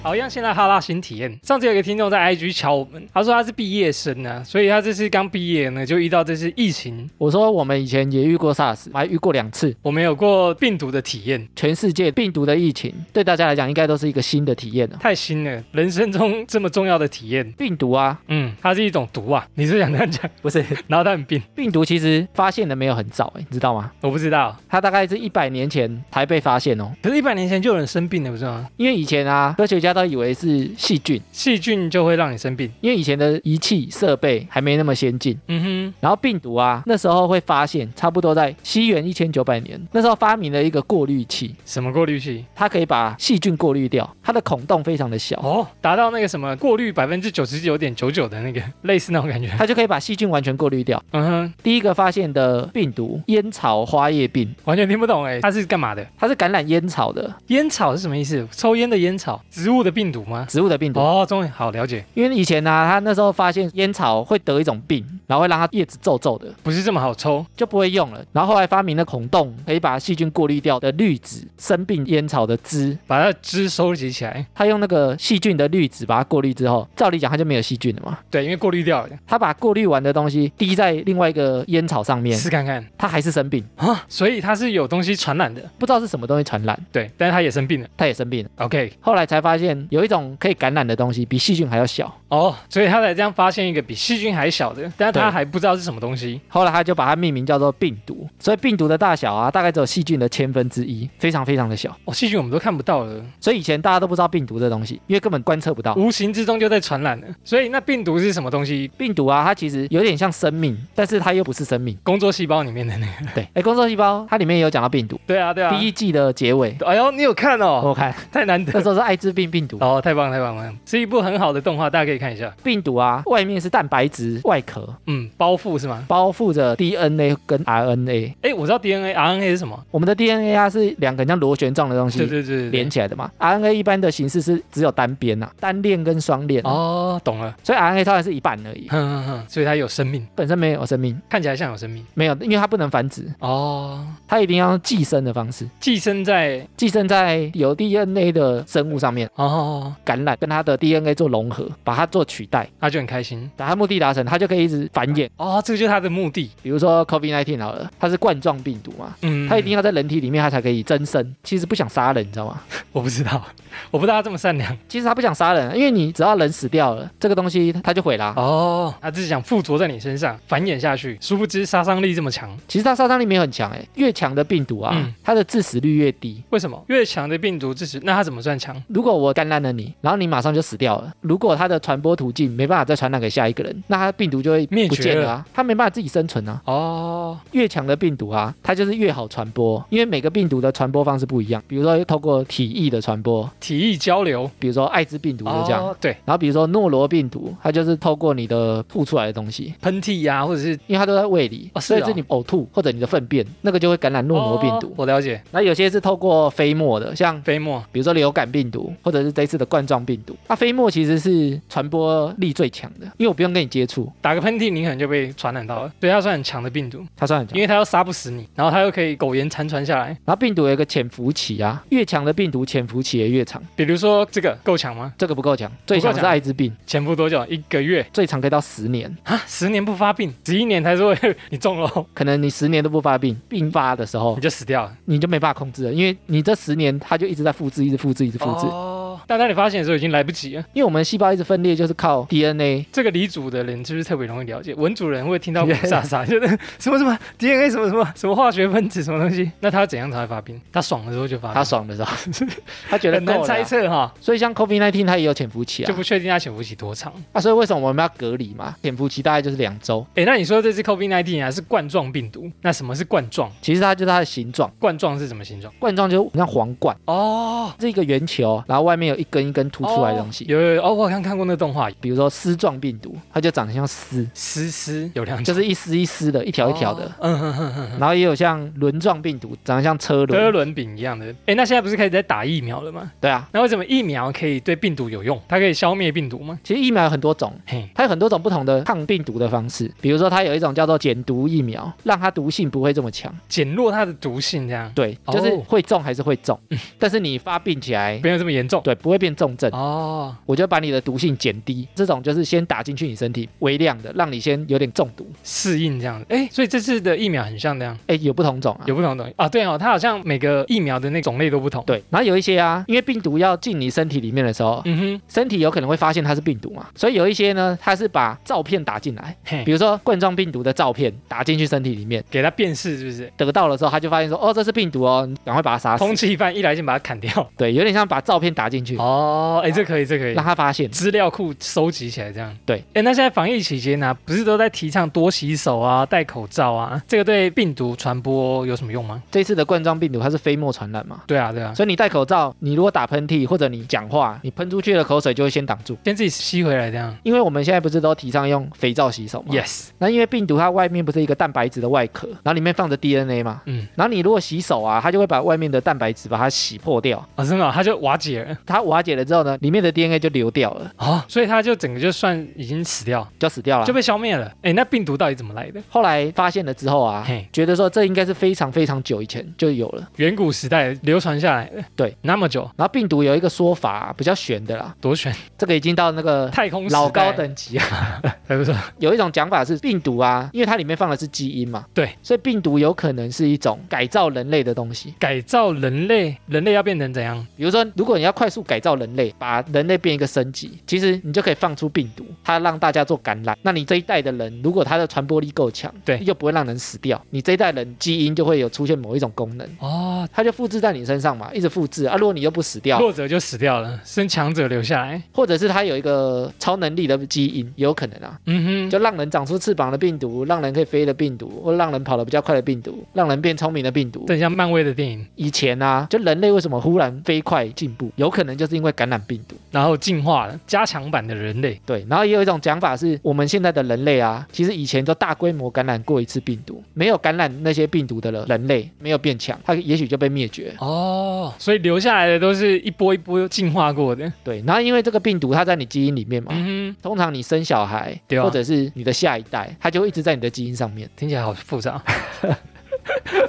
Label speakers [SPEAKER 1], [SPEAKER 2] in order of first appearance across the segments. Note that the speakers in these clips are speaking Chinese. [SPEAKER 1] 好，一样先来哈拉新体验。上次有一个听众在 IG 敲我们，他说他是毕业生啊，所以他这次刚毕业呢，就遇到这次疫情，
[SPEAKER 2] 我说我们以前也遇过 SARS，还遇过两次，
[SPEAKER 1] 我们有过病毒的体验，
[SPEAKER 2] 全世界病毒的疫情对大家来讲应该都是一个新的体验了。啊
[SPEAKER 1] 太新了，人生中这么重要的体验。
[SPEAKER 2] 病毒啊，
[SPEAKER 1] 嗯，它是一种毒啊，你是想这样讲？
[SPEAKER 2] 不是
[SPEAKER 1] 然后它很病，
[SPEAKER 2] 病毒，其实发现的没有很早、欸，你知道吗？
[SPEAKER 1] 我不知道，
[SPEAKER 2] 它大概是一百年前才被发现哦，
[SPEAKER 1] 可是，一百年前就有人生病了，不是吗？
[SPEAKER 2] 因为以前啊，科学家都以为是细菌，
[SPEAKER 1] 细菌就会让你生病。
[SPEAKER 2] 因为以前的仪器设备还没那么先进。
[SPEAKER 1] 嗯
[SPEAKER 2] 然后病毒啊，那时候会发现，差不多在西元一千九百年，那时候发明了一个过滤器，
[SPEAKER 1] 哼，什么过滤器？
[SPEAKER 2] 它可以把细菌过滤掉，它的孔洞非常的小，
[SPEAKER 1] 哦，达到那个什么过滤百分之九十九点九九的那个 类似那种感觉。
[SPEAKER 2] 它就可以把细菌完全过滤掉。
[SPEAKER 1] 嗯哼，
[SPEAKER 2] 第一个发现的病毒烟草花叶病，
[SPEAKER 1] 完全听不懂哎，它是干嘛的？
[SPEAKER 2] 它是感染烟草的
[SPEAKER 1] 烟草是什么意思？抽烟的烟草，植物的病毒吗？
[SPEAKER 2] 植物的病毒。
[SPEAKER 1] 哦，终于好了解，
[SPEAKER 2] 因为以前呢、啊，它那时候发现烟草会得一种病，然后会让它叶子皱皱的，
[SPEAKER 1] 不是这么好抽。
[SPEAKER 2] 就不会用了。然后后来发明了孔洞，可以把细菌过滤掉的滤纸，生病烟草的汁，
[SPEAKER 1] 把它汁收集起来，
[SPEAKER 2] 它用那个细菌的滤纸把它过滤之后，照理讲它就没有细菌了嘛。
[SPEAKER 1] 对，因为过滤掉了，
[SPEAKER 2] 它把过滤完的东西滴在另外一个烟草上面，
[SPEAKER 1] 试看看
[SPEAKER 2] 它还是生病，
[SPEAKER 1] 啊，所以它是有东西传染的，
[SPEAKER 2] 不知道是什么东西传染，
[SPEAKER 1] 对，但是它也生病了。
[SPEAKER 2] 它也生病了。
[SPEAKER 1] OK，
[SPEAKER 2] 后来才发现有一种可以感染的东西比细菌还要小，
[SPEAKER 1] 哦，所以他才这样发现一个比细菌还小的，但是他
[SPEAKER 2] 对
[SPEAKER 1] 还不知道是什么东西。
[SPEAKER 2] 后来它就把它命名叫做病毒。所以病毒的大小啊，大概只有细菌的千分之一，非常非常的小。
[SPEAKER 1] 哦，细菌我们都看不到了，
[SPEAKER 2] 所以以前大家都不知道病毒这东西，因为根本观测不到。
[SPEAKER 1] 无形之中就在传染了。所以那病毒是什么东西？
[SPEAKER 2] 病毒啊，它其实有点像生命，但是它又不是 生命。
[SPEAKER 1] 工作细胞里面的那个。
[SPEAKER 2] 对，哎，工作细胞它里面也有讲到病毒，
[SPEAKER 1] 对啊，对啊。
[SPEAKER 2] 第一季的结尾，
[SPEAKER 1] 哎呦，你有看哦，
[SPEAKER 2] 我看
[SPEAKER 1] 太难
[SPEAKER 2] 那
[SPEAKER 1] 得。
[SPEAKER 2] 时候是艾滋病病毒。
[SPEAKER 1] 哦，太棒了太棒了，是一部很好的动画，大家可以看一下。
[SPEAKER 2] 病毒啊，外面是蛋白质外壳，
[SPEAKER 1] 嗯，包覆是吗？
[SPEAKER 2] 包覆着 DNA 跟 RNA。
[SPEAKER 1] 哎，我知道 DNA、RNA 是什么。
[SPEAKER 2] 我们的 DNA 啊是两个像螺旋状的东
[SPEAKER 1] 对
[SPEAKER 2] 西
[SPEAKER 1] 对对对
[SPEAKER 2] 连起来的嘛，RNA 一般的形式是只有单边啊，单链跟双链，啊
[SPEAKER 1] 哦，懂了。
[SPEAKER 2] 所以 RNA 当然是一半而已，
[SPEAKER 1] 哼哼哼，嗯所以它有生命，
[SPEAKER 2] 本身没有生命，
[SPEAKER 1] 看起来像有生命。
[SPEAKER 2] 没有，因为它不能繁殖，
[SPEAKER 1] 哦，
[SPEAKER 2] 它一定要用寄生的方式，
[SPEAKER 1] 寄生在
[SPEAKER 2] 寄生在有 DNA 的生物上面。
[SPEAKER 1] 哦，
[SPEAKER 2] 感染，跟它的 DNA 做融合，把它做取代，
[SPEAKER 1] 他就很开心。
[SPEAKER 2] 把它目的达成，它就可以一直繁衍。
[SPEAKER 1] 哦，这个就是他的目的。
[SPEAKER 2] 比如说 COVID-19 好了，它是冠状病毒嘛，
[SPEAKER 1] 嗯，
[SPEAKER 2] 它一定要在人体里面，它才可以增生。其实不想杀人，你知道吗？
[SPEAKER 1] 我不知道， 我不知道他这么善良。
[SPEAKER 2] 其实它不想杀人，因为你只要人死掉了，这个东西它就毁啦。
[SPEAKER 1] 哦，他只是想附着在你身上，繁衍下去，殊不知杀伤力这么强。
[SPEAKER 2] 其实它杀伤力没有很强，哎，越强的病毒啊，
[SPEAKER 1] 嗯
[SPEAKER 2] 它的致死率越低。
[SPEAKER 1] 为什么越强的病毒致死，那它怎么算强？
[SPEAKER 2] 如果我感染了你，然后你马上就死掉了，如果它的传播途径没办法再传染给下一个人，那它病毒就会
[SPEAKER 1] 灭绝
[SPEAKER 2] 不见了啊，它没办法自己生存啊。
[SPEAKER 1] 哦，
[SPEAKER 2] 越强的病毒啊，它就是越好传播，因为每个病毒的传播方式不一样。比如说透过体液的传播，
[SPEAKER 1] 体液交流，
[SPEAKER 2] 比如说艾滋病毒就这样。
[SPEAKER 1] 哦、对，
[SPEAKER 2] 然后比如说诺罗病毒，它就是透过你的吐出来的东西，
[SPEAKER 1] 喷嚏呀、或者是
[SPEAKER 2] 因为它都在胃里，
[SPEAKER 1] 哦是
[SPEAKER 2] 所
[SPEAKER 1] 哦
[SPEAKER 2] 以是你呕吐或者你的粪便，那个就会感染诺罗病
[SPEAKER 1] 哦
[SPEAKER 2] 毒。
[SPEAKER 1] 我了解，
[SPEAKER 2] 那有些是透过飞沫的，像
[SPEAKER 1] 飞沫。
[SPEAKER 2] 比如说流感病毒，或者是这一次的冠状病毒。那飞沫其实是传播力最强的，因为我不用跟你接触，
[SPEAKER 1] 打个喷嚏，你可能就被传染到了，所以它算很强的病毒，
[SPEAKER 2] 它算很强
[SPEAKER 1] 因。为它又杀不死你，然后它又可以苟延残喘下来。
[SPEAKER 2] 然后病毒有一个潜伏期啊，越强的病毒潜伏期也越长，
[SPEAKER 1] 比如说这个够强吗？
[SPEAKER 2] 这个不够强，最强
[SPEAKER 1] 不够
[SPEAKER 2] 是
[SPEAKER 1] 强
[SPEAKER 2] 艾滋病。
[SPEAKER 1] 潜伏多久？一个月
[SPEAKER 2] 最长可以到十年，
[SPEAKER 1] 啊，十年不发病，十一年才说你中 了，
[SPEAKER 2] 可能你十年都不发病，病发的时候
[SPEAKER 1] 你就死掉了。
[SPEAKER 2] 你就没办法控制了，因为你这十年它就一直在复制，一直复制，一直复制。
[SPEAKER 1] 哦，但当你发现的时候已经来不及了。
[SPEAKER 2] 因为我们细胞一直分裂，就是靠 DNA。
[SPEAKER 1] 这个李主的人是不是特别容易了解？文主人会 听到五傻傻，就是什么什么 DNA 什么什么什么化学分子什么东西，那他怎样才会发病？他爽的时候就发病，
[SPEAKER 2] 他爽的时候， 他觉
[SPEAKER 1] 啊
[SPEAKER 2] 得
[SPEAKER 1] 很难
[SPEAKER 2] 够了
[SPEAKER 1] 猜
[SPEAKER 2] 啊。
[SPEAKER 1] 测哈，
[SPEAKER 2] 所以像 COVID-19 它也有潜伏期
[SPEAKER 1] 就
[SPEAKER 2] 啊，
[SPEAKER 1] 不确定他潜伏期多长。
[SPEAKER 2] 啊，所以为什么我们要隔离嘛？潜伏期大概就是两周，
[SPEAKER 1] 诶，那你说这次 COVID-19 啊是冠状病毒，那什么是冠状？
[SPEAKER 2] 其实它就是它的形状，
[SPEAKER 1] 冠状是什么形状？
[SPEAKER 2] 冠状就像皇冠，
[SPEAKER 1] 哦，
[SPEAKER 2] 是一个圆球，然后外面有一根一根凸出来的东西。
[SPEAKER 1] 有有有哦，我好像看过那动画，
[SPEAKER 2] 比如说丝状病毒，它就长得像丝，
[SPEAKER 1] 丝丝有两种，
[SPEAKER 2] 就是一丝一丝的，一条一条的。
[SPEAKER 1] 哦，嗯哼哼哼哼。
[SPEAKER 2] 然后也有像轮状病毒，长得像车
[SPEAKER 1] 车
[SPEAKER 2] 轮。
[SPEAKER 1] 轮饼一样的，诶，那现在不是开始在打疫苗了吗？
[SPEAKER 2] 对啊，
[SPEAKER 1] 那为什么疫苗可以对病毒有用？它可以消灭病毒吗？
[SPEAKER 2] 其实疫苗有很多种，
[SPEAKER 1] 嘿，
[SPEAKER 2] 它有很多种不同的抗病毒的方式。比如说，它有一种叫做减毒疫苗，让它毒性不会这么强。
[SPEAKER 1] 减弱它的毒性，这样
[SPEAKER 2] 对，
[SPEAKER 1] 哦嗯
[SPEAKER 2] 就是会中还是会中，但是你发病起来，
[SPEAKER 1] 没有这么严重。
[SPEAKER 2] 对，不不会变重症。
[SPEAKER 1] 哦，
[SPEAKER 2] 我就把你的毒性减低，这种就是先打进去你身体微量的，让你先有点中毒。
[SPEAKER 1] 适应这样子。哎，所以这次的疫苗很像那样，
[SPEAKER 2] 哎，有不同种啊，
[SPEAKER 1] 有不同的东西啊？对哦，它好像每个疫苗的那种类都不同。，
[SPEAKER 2] 对，然后有一些啊，因为病毒要进你身体里面的时候，
[SPEAKER 1] 嗯哼，
[SPEAKER 2] 身体有可能会发现它是病毒嘛，所以有一些呢，它是把照片打进来，比
[SPEAKER 1] 嘿，
[SPEAKER 2] 如说冠状病毒的照片打进去身体里面，
[SPEAKER 1] 给它辨识是不是？
[SPEAKER 2] 得到了之后，他就发现说，哦，这是病毒哦，你赶快把它杀死。
[SPEAKER 1] 通缉犯一来先把它砍掉。
[SPEAKER 2] 对，有点像把照片打进去，
[SPEAKER 1] 哦，哎，这可以，这可以
[SPEAKER 2] 让。他发现。
[SPEAKER 1] 资料库收集起来，这样
[SPEAKER 2] 对。
[SPEAKER 1] 哎，那现在防疫期间呢、不是都在提倡多洗手啊、戴口罩啊？这个对病毒传播有什么用吗？
[SPEAKER 2] 这次的冠状病毒它是飞沫传染嘛，
[SPEAKER 1] 对啊，对啊，
[SPEAKER 2] 所以你戴口罩，你如果打喷嚏或者你讲话，你喷出去的口水就会先挡住。
[SPEAKER 1] 先自己吸回来这样。
[SPEAKER 2] 因为我们现在不是都提倡用肥皂洗手吗
[SPEAKER 1] Yes，
[SPEAKER 2] 那因为病毒它外面不是一个蛋白质的外壳，然后里面放着 DNA 嘛，
[SPEAKER 1] 嗯，
[SPEAKER 2] 然后你如果洗手啊，它就会把外面的蛋白质把它洗破掉，
[SPEAKER 1] 哦，真的哦、它就瓦解了
[SPEAKER 2] 它瓦解了之后呢，里面的 DNA 就流掉了，
[SPEAKER 1] 哦，所以它就整个就算已经死掉，
[SPEAKER 2] 就死掉了
[SPEAKER 1] 就。被消灭了。哎，那病毒到底怎么来的？
[SPEAKER 2] 后来发现了之后啊
[SPEAKER 1] 嘿，
[SPEAKER 2] 觉得说这应该是非常非常久以前就有了。
[SPEAKER 1] 远古时代流传下来的，
[SPEAKER 2] 对，
[SPEAKER 1] 那么久，
[SPEAKER 2] 然后病毒有一个说法啊、比较玄的啦，
[SPEAKER 1] 多 悬，
[SPEAKER 2] 这个已经到那个
[SPEAKER 1] 太空时代
[SPEAKER 2] 老高，等级
[SPEAKER 1] 哎
[SPEAKER 2] 啊。
[SPEAKER 1] 还不错，
[SPEAKER 2] 有一种讲法是病毒啊，因为它里面放的是基因嘛，
[SPEAKER 1] 对，
[SPEAKER 2] 所以病毒有可能是一种改造人类的东西。
[SPEAKER 1] 改造人类，人类要变成怎样？
[SPEAKER 2] 比如说，如果你要快速改造人类，把人类变一个升级，其实你就可以放出病毒，它让大家做感染。那你这一代的人，如果它的传播力够强，
[SPEAKER 1] 对
[SPEAKER 2] 又不会让人死掉，你这一代人基因就会有出现某一种功能。
[SPEAKER 1] 哦，
[SPEAKER 2] 它就复制在你身上嘛，一直复制啊。如果你又不死掉，
[SPEAKER 1] 弱者就死掉了，生强者留下来。
[SPEAKER 2] 或者是它有一个超能力的基因，也有可能啊，
[SPEAKER 1] 嗯哼，
[SPEAKER 2] 就让人长出翅膀的病毒，让人可以飞的病毒，或让人跑得比较快的病毒，让人变聪明的病毒。
[SPEAKER 1] 这很像漫威的电影，
[SPEAKER 2] 以前啊，就人类为什么忽然飞快进步，有可能就是因为感染病毒。
[SPEAKER 1] 然后进化了，加强版的人类。
[SPEAKER 2] 对，然后也有一种讲法是，我们现在的人类啊，其实以前都大规模感染过一次病毒，没有感染那些病毒的人，人类没有变强，它也许就被灭绝。
[SPEAKER 1] 哦，所以留下来的都是一波一波进化过的。
[SPEAKER 2] 对，然后因为这个病毒它在你基因里面嘛，
[SPEAKER 1] 嗯哼，
[SPEAKER 2] 通常你生小孩，
[SPEAKER 1] 对啊
[SPEAKER 2] 或者是你的下一代，它就会一直在你的基因上面。
[SPEAKER 1] 听起来好复杂。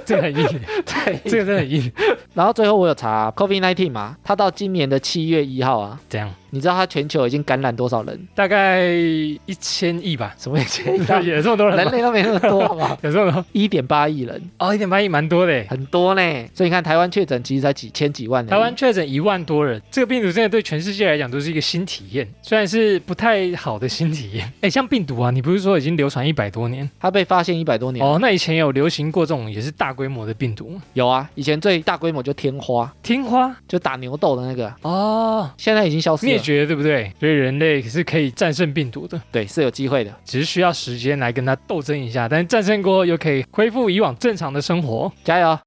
[SPEAKER 1] 这个很 硬，
[SPEAKER 2] 对，啊
[SPEAKER 1] 这个真的很硬。
[SPEAKER 2] 然后最后我有查 COVID-19 嘛，它到今年的七月一号啊，
[SPEAKER 1] 怎样？
[SPEAKER 2] 你知道它全球已经感染多少 人？？
[SPEAKER 1] 大概一千亿吧
[SPEAKER 2] 什么一千 人
[SPEAKER 1] 有这么多人吗？？
[SPEAKER 2] 类都没那么多好不好
[SPEAKER 1] 有这么多？
[SPEAKER 2] 一点八亿人，
[SPEAKER 1] 哦，一点八亿蛮多的耶。
[SPEAKER 2] 很多呢。所以你看台湾确诊其实才几千几万 人，
[SPEAKER 1] 台湾确诊一万多人，这个病毒真的对全世界来讲都是一个新体验，虽然是不太好的新体验。 哎，像病毒啊，你不是说已经流传一百多年？
[SPEAKER 2] 它被发现一百多年，
[SPEAKER 1] 哦，那以前有哦流行过这种也是大规模的病毒吗？
[SPEAKER 2] 有啊，以前最大规模就天花，
[SPEAKER 1] 天花
[SPEAKER 2] 就打牛痘的那个，
[SPEAKER 1] 哦，
[SPEAKER 2] 现在已经消失
[SPEAKER 1] 灭
[SPEAKER 2] 了。
[SPEAKER 1] 绝对不对？所以人类是可以战胜病毒的，
[SPEAKER 2] 对，是有机会的。
[SPEAKER 1] 只是需要时间来跟它斗争一下，但是战胜过后又可以恢复以往正常的生活。
[SPEAKER 2] 加油！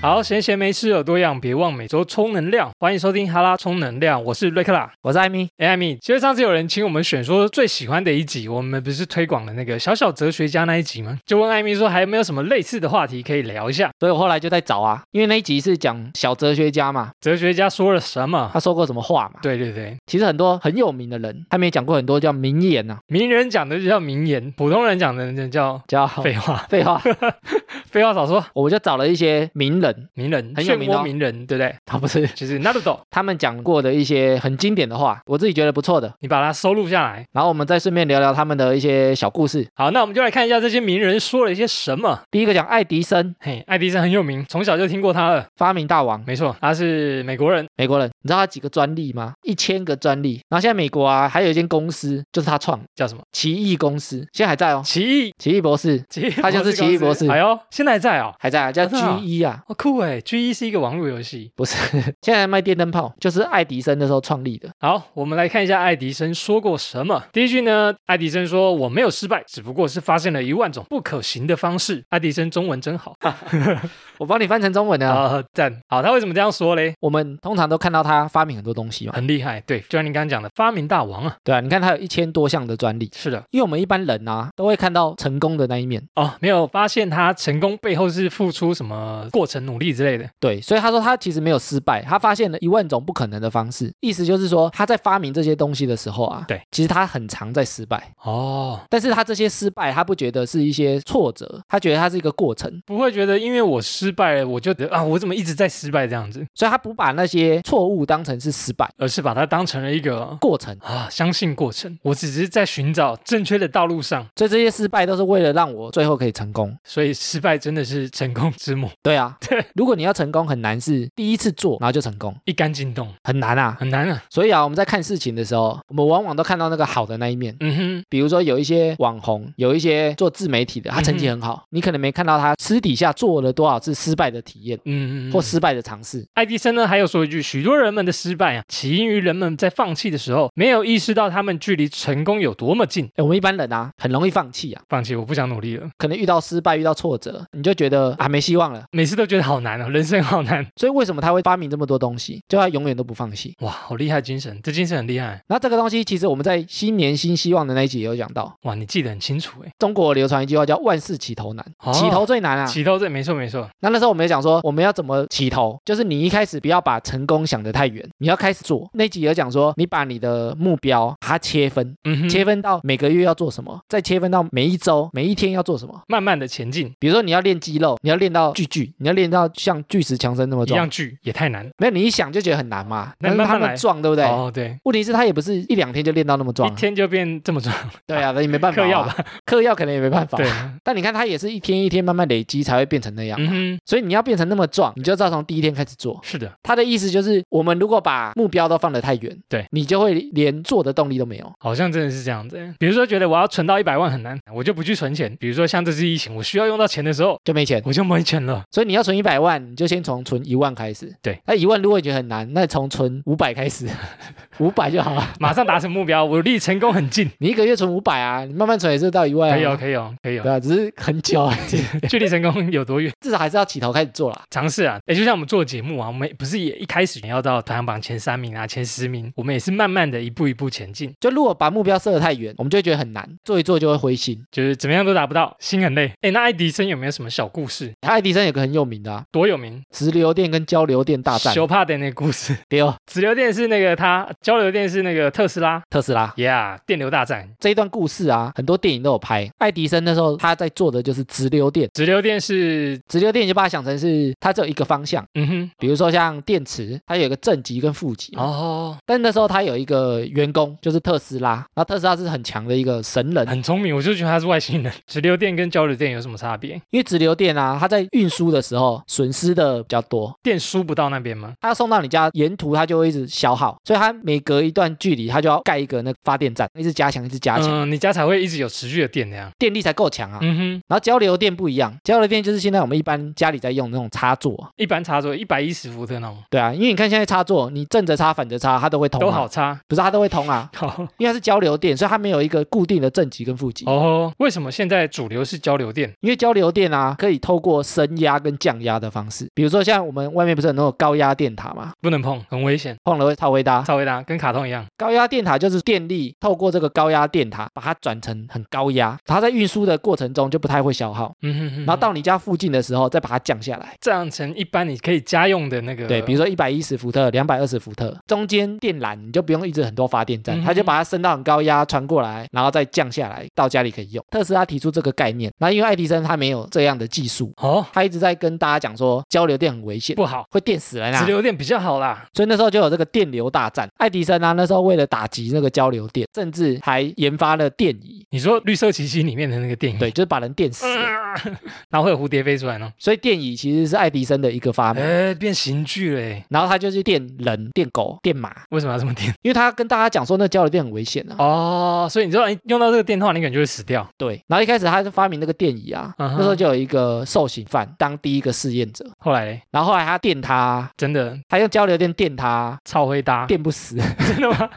[SPEAKER 1] 好，闲闲没事有多样，别忘每周充能量。欢迎收听哈拉充能量，我是瑞克拉。
[SPEAKER 2] 我是艾米，
[SPEAKER 1] 哎，艾米，其实上次有人请我们选说最喜欢的一集，我们不是推广了那个小小哲学家那一集吗？就问艾米说还有没有什么类似的话题可以聊一下？
[SPEAKER 2] 所以我后来就在找啊，因为那一集是讲小哲学家嘛，
[SPEAKER 1] 哲学家说了什么？
[SPEAKER 2] 他说过什么话嘛。
[SPEAKER 1] 对对对，
[SPEAKER 2] 其实很多很有名的人，他们也讲过很多叫名言啊呐、
[SPEAKER 1] 名人讲的就叫名言，普通人讲的就叫
[SPEAKER 2] 叫
[SPEAKER 1] 废话。
[SPEAKER 2] 废话。
[SPEAKER 1] 废话少说，
[SPEAKER 2] 我就找了一些名人，
[SPEAKER 1] 名人，
[SPEAKER 2] 很有
[SPEAKER 1] 漩
[SPEAKER 2] 名的哦
[SPEAKER 1] 涡名人，对不对？
[SPEAKER 2] 他不是
[SPEAKER 1] 就是 Naruto，
[SPEAKER 2] 他们讲过的一些很经典的话，我自己觉得不错的。
[SPEAKER 1] 你把它收录下来。
[SPEAKER 2] 然后我们再顺便聊聊他们的一些小故事。
[SPEAKER 1] 好，那我们就来看一下这些名人说了一些什么。
[SPEAKER 2] 第一个讲爱迪生，
[SPEAKER 1] 嘿，爱迪生很有名，从小就听过他了。
[SPEAKER 2] 发明大王，
[SPEAKER 1] 没错，他是美国人。
[SPEAKER 2] 美国人。你知道他几个专利吗？一千个专利。然后现在美国啊，还有一间公司就是他创，
[SPEAKER 1] 叫什么？
[SPEAKER 2] 奇异公司，现在还在哦。
[SPEAKER 1] 奇异，
[SPEAKER 2] 奇异博士
[SPEAKER 1] 奇异，
[SPEAKER 2] 他就是奇异博士
[SPEAKER 1] 哎呦，现在还在哦。
[SPEAKER 2] 还在啊，叫
[SPEAKER 1] 哦真的啊
[SPEAKER 2] G 一啊。
[SPEAKER 1] 哦，酷哎！G 一是一个网络游戏。
[SPEAKER 2] 不是， 现在卖电灯泡，就是爱迪生那时候创立的。
[SPEAKER 1] 好，我们来看一下爱迪生说过什么。第一句呢，爱迪生说：“我没有失败，只不过是发现了一万种不可行的方式。”爱迪生中文真好
[SPEAKER 2] 啊我帮你翻成中文啊。
[SPEAKER 1] 啊，赞！好，他为什么这样说嘞？
[SPEAKER 2] 我们通常都看到他发明很多东西嘛，
[SPEAKER 1] 很厉害，对，就像你刚刚讲的，发明大王啊，
[SPEAKER 2] 对啊，你看他有一千多项的专利，
[SPEAKER 1] 是的，
[SPEAKER 2] 因为我们一般人啊都会看到成功的那一面，
[SPEAKER 1] 哦，没有发现他成功功背后是付出什么过程、努力之类的。
[SPEAKER 2] 对，所以他说他其实没有失败，他发现了一万种不可能的方式，意思就是说他在发明这些东西的时候啊，
[SPEAKER 1] 对，
[SPEAKER 2] 其实他很常在失败，
[SPEAKER 1] 哦，
[SPEAKER 2] 但是他这些失败他不觉得是一些挫折，他觉得它是一个过程，
[SPEAKER 1] 不会觉得因为我失败了，我就得啊，我怎么一直在失败这样子，
[SPEAKER 2] 所以他不把那些错误当成是失败
[SPEAKER 1] 而是把它当成了一个
[SPEAKER 2] 过程，
[SPEAKER 1] 啊，相信过程，我只是在寻找正确的道路上，
[SPEAKER 2] 所以这些失败都是为了让我最后可以成功。
[SPEAKER 1] 所以失败真的是成功之母，
[SPEAKER 2] 对啊，
[SPEAKER 1] 对，
[SPEAKER 2] 如果你要成功很难是第一次做然后就成功，
[SPEAKER 1] 一杆进洞，
[SPEAKER 2] 很难啊。
[SPEAKER 1] 很难啊。
[SPEAKER 2] 所以啊，我们在看事情的时候，我们往往都看到那个好的那一面。
[SPEAKER 1] 嗯
[SPEAKER 2] 比如说有一些网红，有一些做自媒体的，他成绩很好，你可能没看到他私底下做了多少次失败的体验
[SPEAKER 1] 哼，嗯，
[SPEAKER 2] 或失败的尝试。
[SPEAKER 1] 爱迪生呢，还有说一句：许多人们的失败啊，起因于人们在放弃的时候，没有意识到他们距离成功有多么近。
[SPEAKER 2] 哎，我们一般人啊，很容易放弃啊，
[SPEAKER 1] 放弃，我不想努力了，
[SPEAKER 2] 可能遇到失败、遇到挫折，你就觉得啊没希望了。
[SPEAKER 1] 每次都觉得好难哦，人生好难。
[SPEAKER 2] 所以为什么他会发明这么多东西？就他永远都不放弃。
[SPEAKER 1] 哇，好厉害精神，这精神很厉害。
[SPEAKER 2] 那这个东西其实我们在新年新希望的那一集也有讲到，
[SPEAKER 1] 哇，你记得很清楚哎。
[SPEAKER 2] 中国流传一句话叫“万事起头难”，
[SPEAKER 1] 哦
[SPEAKER 2] 起头最难啊。
[SPEAKER 1] 起头对，没错没错，
[SPEAKER 2] 那那时候我们也讲说，我们要怎么起头，就是你一开始不要把成功想得太远，你要开始做。那集有讲说，你把你的目标把它切分，
[SPEAKER 1] 嗯哼，
[SPEAKER 2] 切分到每个月要做什么，再切分到每一周、每一天要做什么。
[SPEAKER 1] 慢慢的前进，
[SPEAKER 2] 比如说你要练肌肉，你要练到巨巨，你要练到像巨石强森那么
[SPEAKER 1] 一
[SPEAKER 2] 壮
[SPEAKER 1] 样，剧也太难。
[SPEAKER 2] 没有你一想就觉得很难嘛。
[SPEAKER 1] 那
[SPEAKER 2] 但是
[SPEAKER 1] 慢
[SPEAKER 2] 他
[SPEAKER 1] 慢
[SPEAKER 2] 们
[SPEAKER 1] 来
[SPEAKER 2] 壮，对不对？
[SPEAKER 1] 哦，对，
[SPEAKER 2] 问题是他也不是一两天就练到那么壮
[SPEAKER 1] 一
[SPEAKER 2] 啊，
[SPEAKER 1] 天就变这么 壮，
[SPEAKER 2] 对啊，那也没办法、啊，
[SPEAKER 1] 嗑药
[SPEAKER 2] 吧，嗑药可能也没办法。啊
[SPEAKER 1] 对，
[SPEAKER 2] 但你看他也是一天一天慢慢累积才会变成那样，
[SPEAKER 1] 嗯哼，
[SPEAKER 2] 所以你要变成那么壮，你就照从第一天开始做。
[SPEAKER 1] 是的，
[SPEAKER 2] 他的意思就是，我们如果把目标都放得太远，
[SPEAKER 1] 对
[SPEAKER 2] 你就会连做的动力都没有。
[SPEAKER 1] 好像真的是这样子欸。比如说觉得我要存到一百万很难，我就不去存钱。比如说像这次疫情，我需要用到钱的时候，
[SPEAKER 2] 就没钱，
[SPEAKER 1] 我就没钱了。
[SPEAKER 2] 所以你要存一百万，你就先从存一万开始。
[SPEAKER 1] 对，
[SPEAKER 2] 那一万如果你觉得很难，那从存五百开始，五百就好了。
[SPEAKER 1] 马上达成目标，我离成功很近。
[SPEAKER 2] 你一个月存五百啊，你慢慢存也是到一万、啊。
[SPEAKER 1] 可以哦，可以哦，可以
[SPEAKER 2] 对
[SPEAKER 1] 哦，
[SPEAKER 2] 啊， 只是很久而已，
[SPEAKER 1] 距离成功有多远？
[SPEAKER 2] 至少还是要起头开始做啦。
[SPEAKER 1] 尝试啊，也就像我们做节目啊，我们不是也一开始也要到排行榜前三名啊、前十名，我们也是慢慢的一步一步前进，
[SPEAKER 2] 就如果把目标设得太远，我们就会觉得很难，做一做就会灰心。
[SPEAKER 1] 就是怎么样都达不到，心很累。哎，那爱迪生有没有什么小故事？
[SPEAKER 2] 他爱迪生有个很有名的、啊、
[SPEAKER 1] 多有名？
[SPEAKER 2] 直流电跟交流电大战，
[SPEAKER 1] 修帕的那个故事，
[SPEAKER 2] 对哦，
[SPEAKER 1] 直流电是那个他，交流电是那个特斯拉
[SPEAKER 2] 特斯拉。
[SPEAKER 1] ，Yeah，电流大战。
[SPEAKER 2] 这一段故事啊，很多电影都有拍。爱迪生那时候他在做的就是直流电，
[SPEAKER 1] 直流电是，
[SPEAKER 2] 直流电你就把它想成是它只有一个方向，
[SPEAKER 1] 嗯哼，
[SPEAKER 2] 比如说像电池，它有一个正极跟负极。
[SPEAKER 1] 哦，
[SPEAKER 2] 但那时候他有一个员工，就是特斯拉，然后特斯拉是很强的一个神人，
[SPEAKER 1] 很聪明，我就觉得他是外星人。直流电跟交流电有什么差别？
[SPEAKER 2] 因为直流电啊，它在运输的时候损失的比较多，
[SPEAKER 1] 电输不到那边吗？
[SPEAKER 2] 它送到你家沿途它就会一直消耗，所以它每隔一段距离它就要盖一个那个发电站，一直加强，一直加强，
[SPEAKER 1] 嗯，你家才会一直有持续的电量。
[SPEAKER 2] 电力才够强啊。
[SPEAKER 1] 嗯哼，
[SPEAKER 2] 然后交流电不一样，交流电就是现在我们一般家里在用的那种插座啊，
[SPEAKER 1] 一般插座一百一十伏特那种
[SPEAKER 2] 对啊，因为你看现在插座，你正着插、反着插，它都会通、啊，
[SPEAKER 1] 都好，插。
[SPEAKER 2] 不是它都会通啊，
[SPEAKER 1] 好
[SPEAKER 2] 因为它是交流电，所以它没有一个固定的正极跟负极。
[SPEAKER 1] 哦，为什么现在主流是交流电？
[SPEAKER 2] 因为交流电啊，可以透过升压跟降压的方式，比如说像我们外面不是有那种高压电塔嘛，
[SPEAKER 1] 不能碰，很危险。
[SPEAKER 2] 碰了会超微搭。
[SPEAKER 1] 稍微大，跟卡通一样。
[SPEAKER 2] 高压电塔就是电力透过这个高压电塔，把它转成很高压，它在运输的过程中就不太会消耗，
[SPEAKER 1] 嗯哼哼哼
[SPEAKER 2] 然后到你家附近的时候再把它降下来。
[SPEAKER 1] 降成一般你可以家用的那个，
[SPEAKER 2] 对，比如说一百一十伏特、两百二十伏特，中间电缆你就不用一直很多发电站，
[SPEAKER 1] 嗯
[SPEAKER 2] 它就把它升到很高压传过来，然后再降下来到家里可以用。特斯拉提出这个概念，那因为爱迪生他没有这样的技术，
[SPEAKER 1] 哦
[SPEAKER 2] 他一直在跟大家讲说交流电很危险，
[SPEAKER 1] 不好，
[SPEAKER 2] 会电死人啊
[SPEAKER 1] 直。流电比较好啦。
[SPEAKER 2] 所以那时候就有这个电流大战。爱迪生啊，那时候为了打击那个交流电，甚至还研发了电椅，
[SPEAKER 1] 你说《绿色奇迹》里面的那个电影，
[SPEAKER 2] 对，，就是把人电死。
[SPEAKER 1] 嗯、然后会有蝴蝶飞出来呢。
[SPEAKER 2] 所以电椅其实是爱迪生的一个发明。
[SPEAKER 1] 哎，变刑具嘞？
[SPEAKER 2] 然后他就是电人、电狗、电马，
[SPEAKER 1] 为什么要这么电？
[SPEAKER 2] 因为他跟大家讲说那交流电很危险啊。
[SPEAKER 1] 哦，所以你知道你用到这个电的话，你可能就会死掉。
[SPEAKER 2] 对，然后一开始他就发明那个电椅啊，
[SPEAKER 1] 嗯哼
[SPEAKER 2] 那时候就有一个受刑犯当第一个试验者，
[SPEAKER 1] 后来嘞，
[SPEAKER 2] 然后后来他电他，
[SPEAKER 1] 真的
[SPEAKER 2] 他用交流电电他，
[SPEAKER 1] 超会搭，
[SPEAKER 2] 电不 死，
[SPEAKER 1] 真的吗？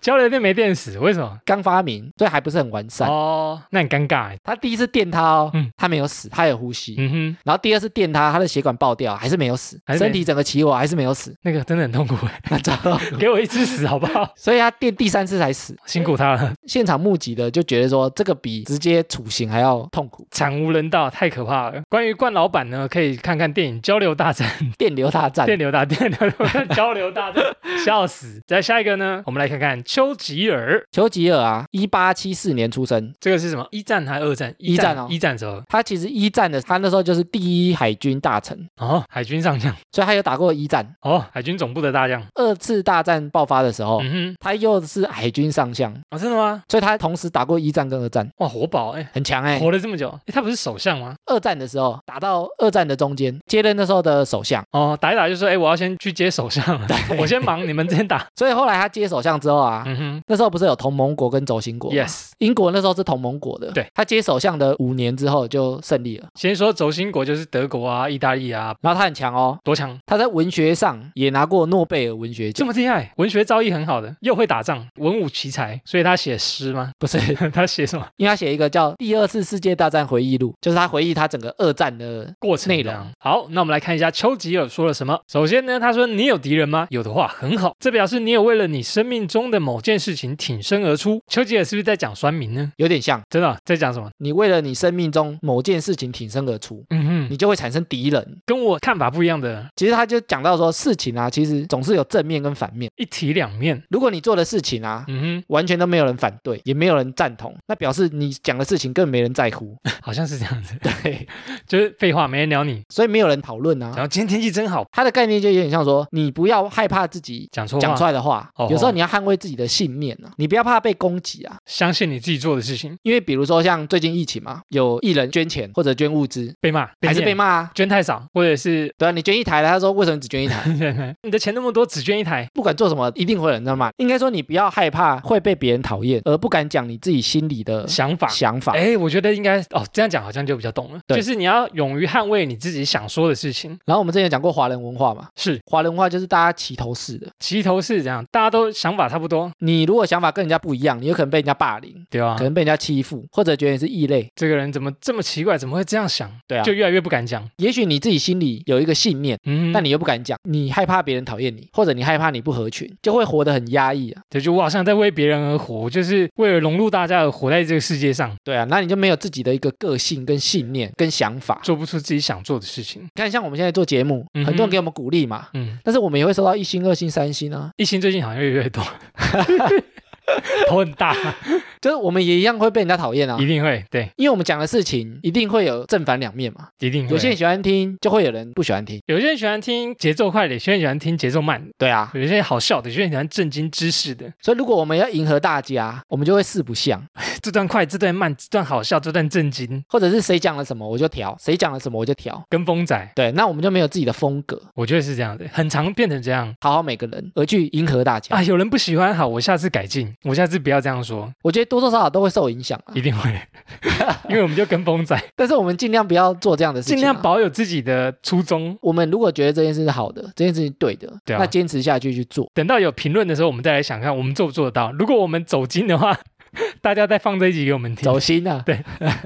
[SPEAKER 1] 交流电没电死，为什么？
[SPEAKER 2] 刚发明，所以还不是很完善。
[SPEAKER 1] 哦，那很尴尬欸。
[SPEAKER 2] 他第一次电他哦，
[SPEAKER 1] 嗯
[SPEAKER 2] 他没有死，他有呼吸。
[SPEAKER 1] 嗯哼，
[SPEAKER 2] 然后第二次电他，他的血管爆掉，还是没有死
[SPEAKER 1] 还，是没
[SPEAKER 2] 身体整个起火，还是没有死。
[SPEAKER 1] 那个真的很痛苦 欸，
[SPEAKER 2] 那糟糕
[SPEAKER 1] 给我一只死好不好？
[SPEAKER 2] 所以他电第三次才死。
[SPEAKER 1] 辛苦他了，
[SPEAKER 2] 现场目击的就觉得说，这个比直接处刑还要痛苦。
[SPEAKER 1] 惨无人道，太可怕了。关于冠老板呢，可以看看电影《交流大战》
[SPEAKER 2] 电流大战，
[SPEAKER 1] 电流大电流大战交流 大战，笑死。再下一个呢，我们来看看丘吉尔，
[SPEAKER 2] 丘吉尔啊，一八七四年出生，
[SPEAKER 1] 这个是什么？一战还是二战？
[SPEAKER 2] 一战哦
[SPEAKER 1] 一战时候
[SPEAKER 2] 他其实一战的，他那时候就是第一海军大臣，
[SPEAKER 1] 哦，海军上将
[SPEAKER 2] 所以他有打过一战。
[SPEAKER 1] 哦，海军总部的大将。
[SPEAKER 2] 二次大战爆发的时候，
[SPEAKER 1] 嗯哼，
[SPEAKER 2] 他又是海军上将，
[SPEAKER 1] 哦，真的吗？
[SPEAKER 2] 所以他同时打过一战跟二战，
[SPEAKER 1] 哇，活宝哎、
[SPEAKER 2] 很强哎、
[SPEAKER 1] 活了这么久，诶他不是首相吗？
[SPEAKER 2] 二战的时候打到二战的中间，接任那时候的首相，
[SPEAKER 1] 哦，打一打就说，哎、我要先去接首相了，我先忙，你们先 打。
[SPEAKER 2] 所以后来他接首相之后啊，
[SPEAKER 1] 嗯哼
[SPEAKER 2] 那时候不是有同盟国跟轴心国吗
[SPEAKER 1] ，yes。
[SPEAKER 2] 英国那时候是同盟国的，
[SPEAKER 1] 对，
[SPEAKER 2] 他接首相的五年之后就胜利了，
[SPEAKER 1] 先说轴心国就是德国啊、意大利啊，
[SPEAKER 2] 然后他很强哦，
[SPEAKER 1] 多强，
[SPEAKER 2] 他在文学上也拿过诺贝尔文学
[SPEAKER 1] 这
[SPEAKER 2] 奖，
[SPEAKER 1] 么厉害，文学造诣很好的，又会打仗，文武奇才，所以他写诗吗？
[SPEAKER 2] 不是，
[SPEAKER 1] 他写什么
[SPEAKER 2] 因为他写一个叫《第二次世界大战回忆录》，就是他回忆他整个二战的。
[SPEAKER 1] 过程
[SPEAKER 2] 内
[SPEAKER 1] 这样
[SPEAKER 2] 容？
[SPEAKER 1] 好，那我们来看一下丘吉尔说了什么。首先呢，他说：“你有敌人吗？有的话，很好，这表示你有为了你生命中的某件事情挺身而出。”丘吉尔是不是在讲酸民呢？
[SPEAKER 2] 有点像
[SPEAKER 1] 真的啊、在讲什么？
[SPEAKER 2] 你为了你生命中某件事情挺身而出，
[SPEAKER 1] 嗯哼，
[SPEAKER 2] 你就会产生敌人。
[SPEAKER 1] 跟我看法不一样的，
[SPEAKER 2] 其实他就讲到说，事情啊，其实总是有正面跟反面。
[SPEAKER 1] 一体两面。
[SPEAKER 2] 如果你做的事情啊，
[SPEAKER 1] 嗯
[SPEAKER 2] 完全都没有人反对，也没有人赞同，那表示你讲的事情更没人在乎，
[SPEAKER 1] 哼，好像是这样 子，
[SPEAKER 2] 对，
[SPEAKER 1] 就是废话，没人聊你。
[SPEAKER 2] 所以没有人讨论
[SPEAKER 1] 然
[SPEAKER 2] 啊。
[SPEAKER 1] 后今天天气真好，
[SPEAKER 2] 他的概念就有点像说，你不要害怕自己
[SPEAKER 1] 讲错话，
[SPEAKER 2] 讲出来的话
[SPEAKER 1] 哦，
[SPEAKER 2] 有时候你要捍卫自己的信念啊，你不要怕被攻击啊。
[SPEAKER 1] 相信你自己做的事情，
[SPEAKER 2] 因为比如说像最近疫情嘛，有艺人捐钱或者捐物资，
[SPEAKER 1] 被骂
[SPEAKER 2] 还是
[SPEAKER 1] 念
[SPEAKER 2] 被骂啊。
[SPEAKER 1] 捐太少，或者是
[SPEAKER 2] 对啊，你捐一台了，他说为什么只捐一台？
[SPEAKER 1] 你的钱那么多，只捐一台，
[SPEAKER 2] 不管做什么，一定会有人在骂。应该说你不要害怕会被别人讨厌，而不敢讲你自己心里的
[SPEAKER 1] 想法。
[SPEAKER 2] 想法。
[SPEAKER 1] 哎，我觉得应该哦，这样讲好像就比较懂了。
[SPEAKER 2] 对
[SPEAKER 1] 就是你要勇于捍卫你自己想说的事情，
[SPEAKER 2] 然后我们之前有讲过华人文化嘛，
[SPEAKER 1] 是
[SPEAKER 2] 华人文化就是大家齐头式的。
[SPEAKER 1] 齐头是这样，大家都想法差不多，
[SPEAKER 2] 你如果想法跟人家不一样，你有可能被人家霸凌，
[SPEAKER 1] 对吧、
[SPEAKER 2] 可能被人家欺负，或者觉得你是异类。
[SPEAKER 1] 这个人怎么这么奇怪，怎么会这样想？
[SPEAKER 2] 对啊
[SPEAKER 1] 就越来越不敢讲。
[SPEAKER 2] 也许你自己心里有一个信念，
[SPEAKER 1] 嗯，
[SPEAKER 2] 但你又不敢讲，你害怕别人讨厌你，或者你害怕你不合群，就会活得很压抑啊。
[SPEAKER 1] 对，就我好像在为别人而活，我就是为了融入大家而活在这个世界上，
[SPEAKER 2] 对啊，那你就没有自己的一个个性、跟信念、跟想法。
[SPEAKER 1] 做不出自己想做的事情。
[SPEAKER 2] 你看，像我们现在做节目，
[SPEAKER 1] 嗯哼
[SPEAKER 2] 很多人给我们鼓励嘛，
[SPEAKER 1] 嗯，
[SPEAKER 2] 但是我们也会收到一星、二星、三星啊，
[SPEAKER 1] 一心最近好像越来 越多，头很大，
[SPEAKER 2] 啊就是我们也一样会被人家讨厌啊
[SPEAKER 1] 一。定会，对，
[SPEAKER 2] 因为我们讲的事情一定会有正反两面嘛，
[SPEAKER 1] 一定会。
[SPEAKER 2] 有些人喜欢听，就会有人不喜欢听。
[SPEAKER 1] 有些人喜欢听节奏快的，有些人喜欢听节奏慢的，
[SPEAKER 2] 对啊，
[SPEAKER 1] 有些人好笑的，有些人喜欢震惊知识的。
[SPEAKER 2] 所以如果我们要迎合大家，我们就会四不像，
[SPEAKER 1] 这段快，这段慢，这段好笑，这段震惊，
[SPEAKER 2] 或者是谁讲了什么我就调，谁讲了什么我就调。
[SPEAKER 1] 跟风仔，
[SPEAKER 2] 对，那我们就没有自己的风格，
[SPEAKER 1] 我觉得是这样的，很常变成这 样
[SPEAKER 2] 讨好每个人，而去迎合大家。
[SPEAKER 1] 啊。有人不喜欢，好，我下次改进，我下次不要这样 说，
[SPEAKER 2] 我觉得多多少少都会受影响啊
[SPEAKER 1] 一，定会，因为我们就跟风 仔，
[SPEAKER 2] 但是我们尽量不要做这样的事情、啊
[SPEAKER 1] 尽量。保有自己的初衷。
[SPEAKER 2] 我们如果觉得这件事是好的，这件事情对的，
[SPEAKER 1] 对啊
[SPEAKER 2] 那坚持下去去做。
[SPEAKER 1] 等到有评论的时候，我们再来想看我们做不做得到。如果我们走心的话， 大家再放这一集给我们听
[SPEAKER 2] 走。心啊，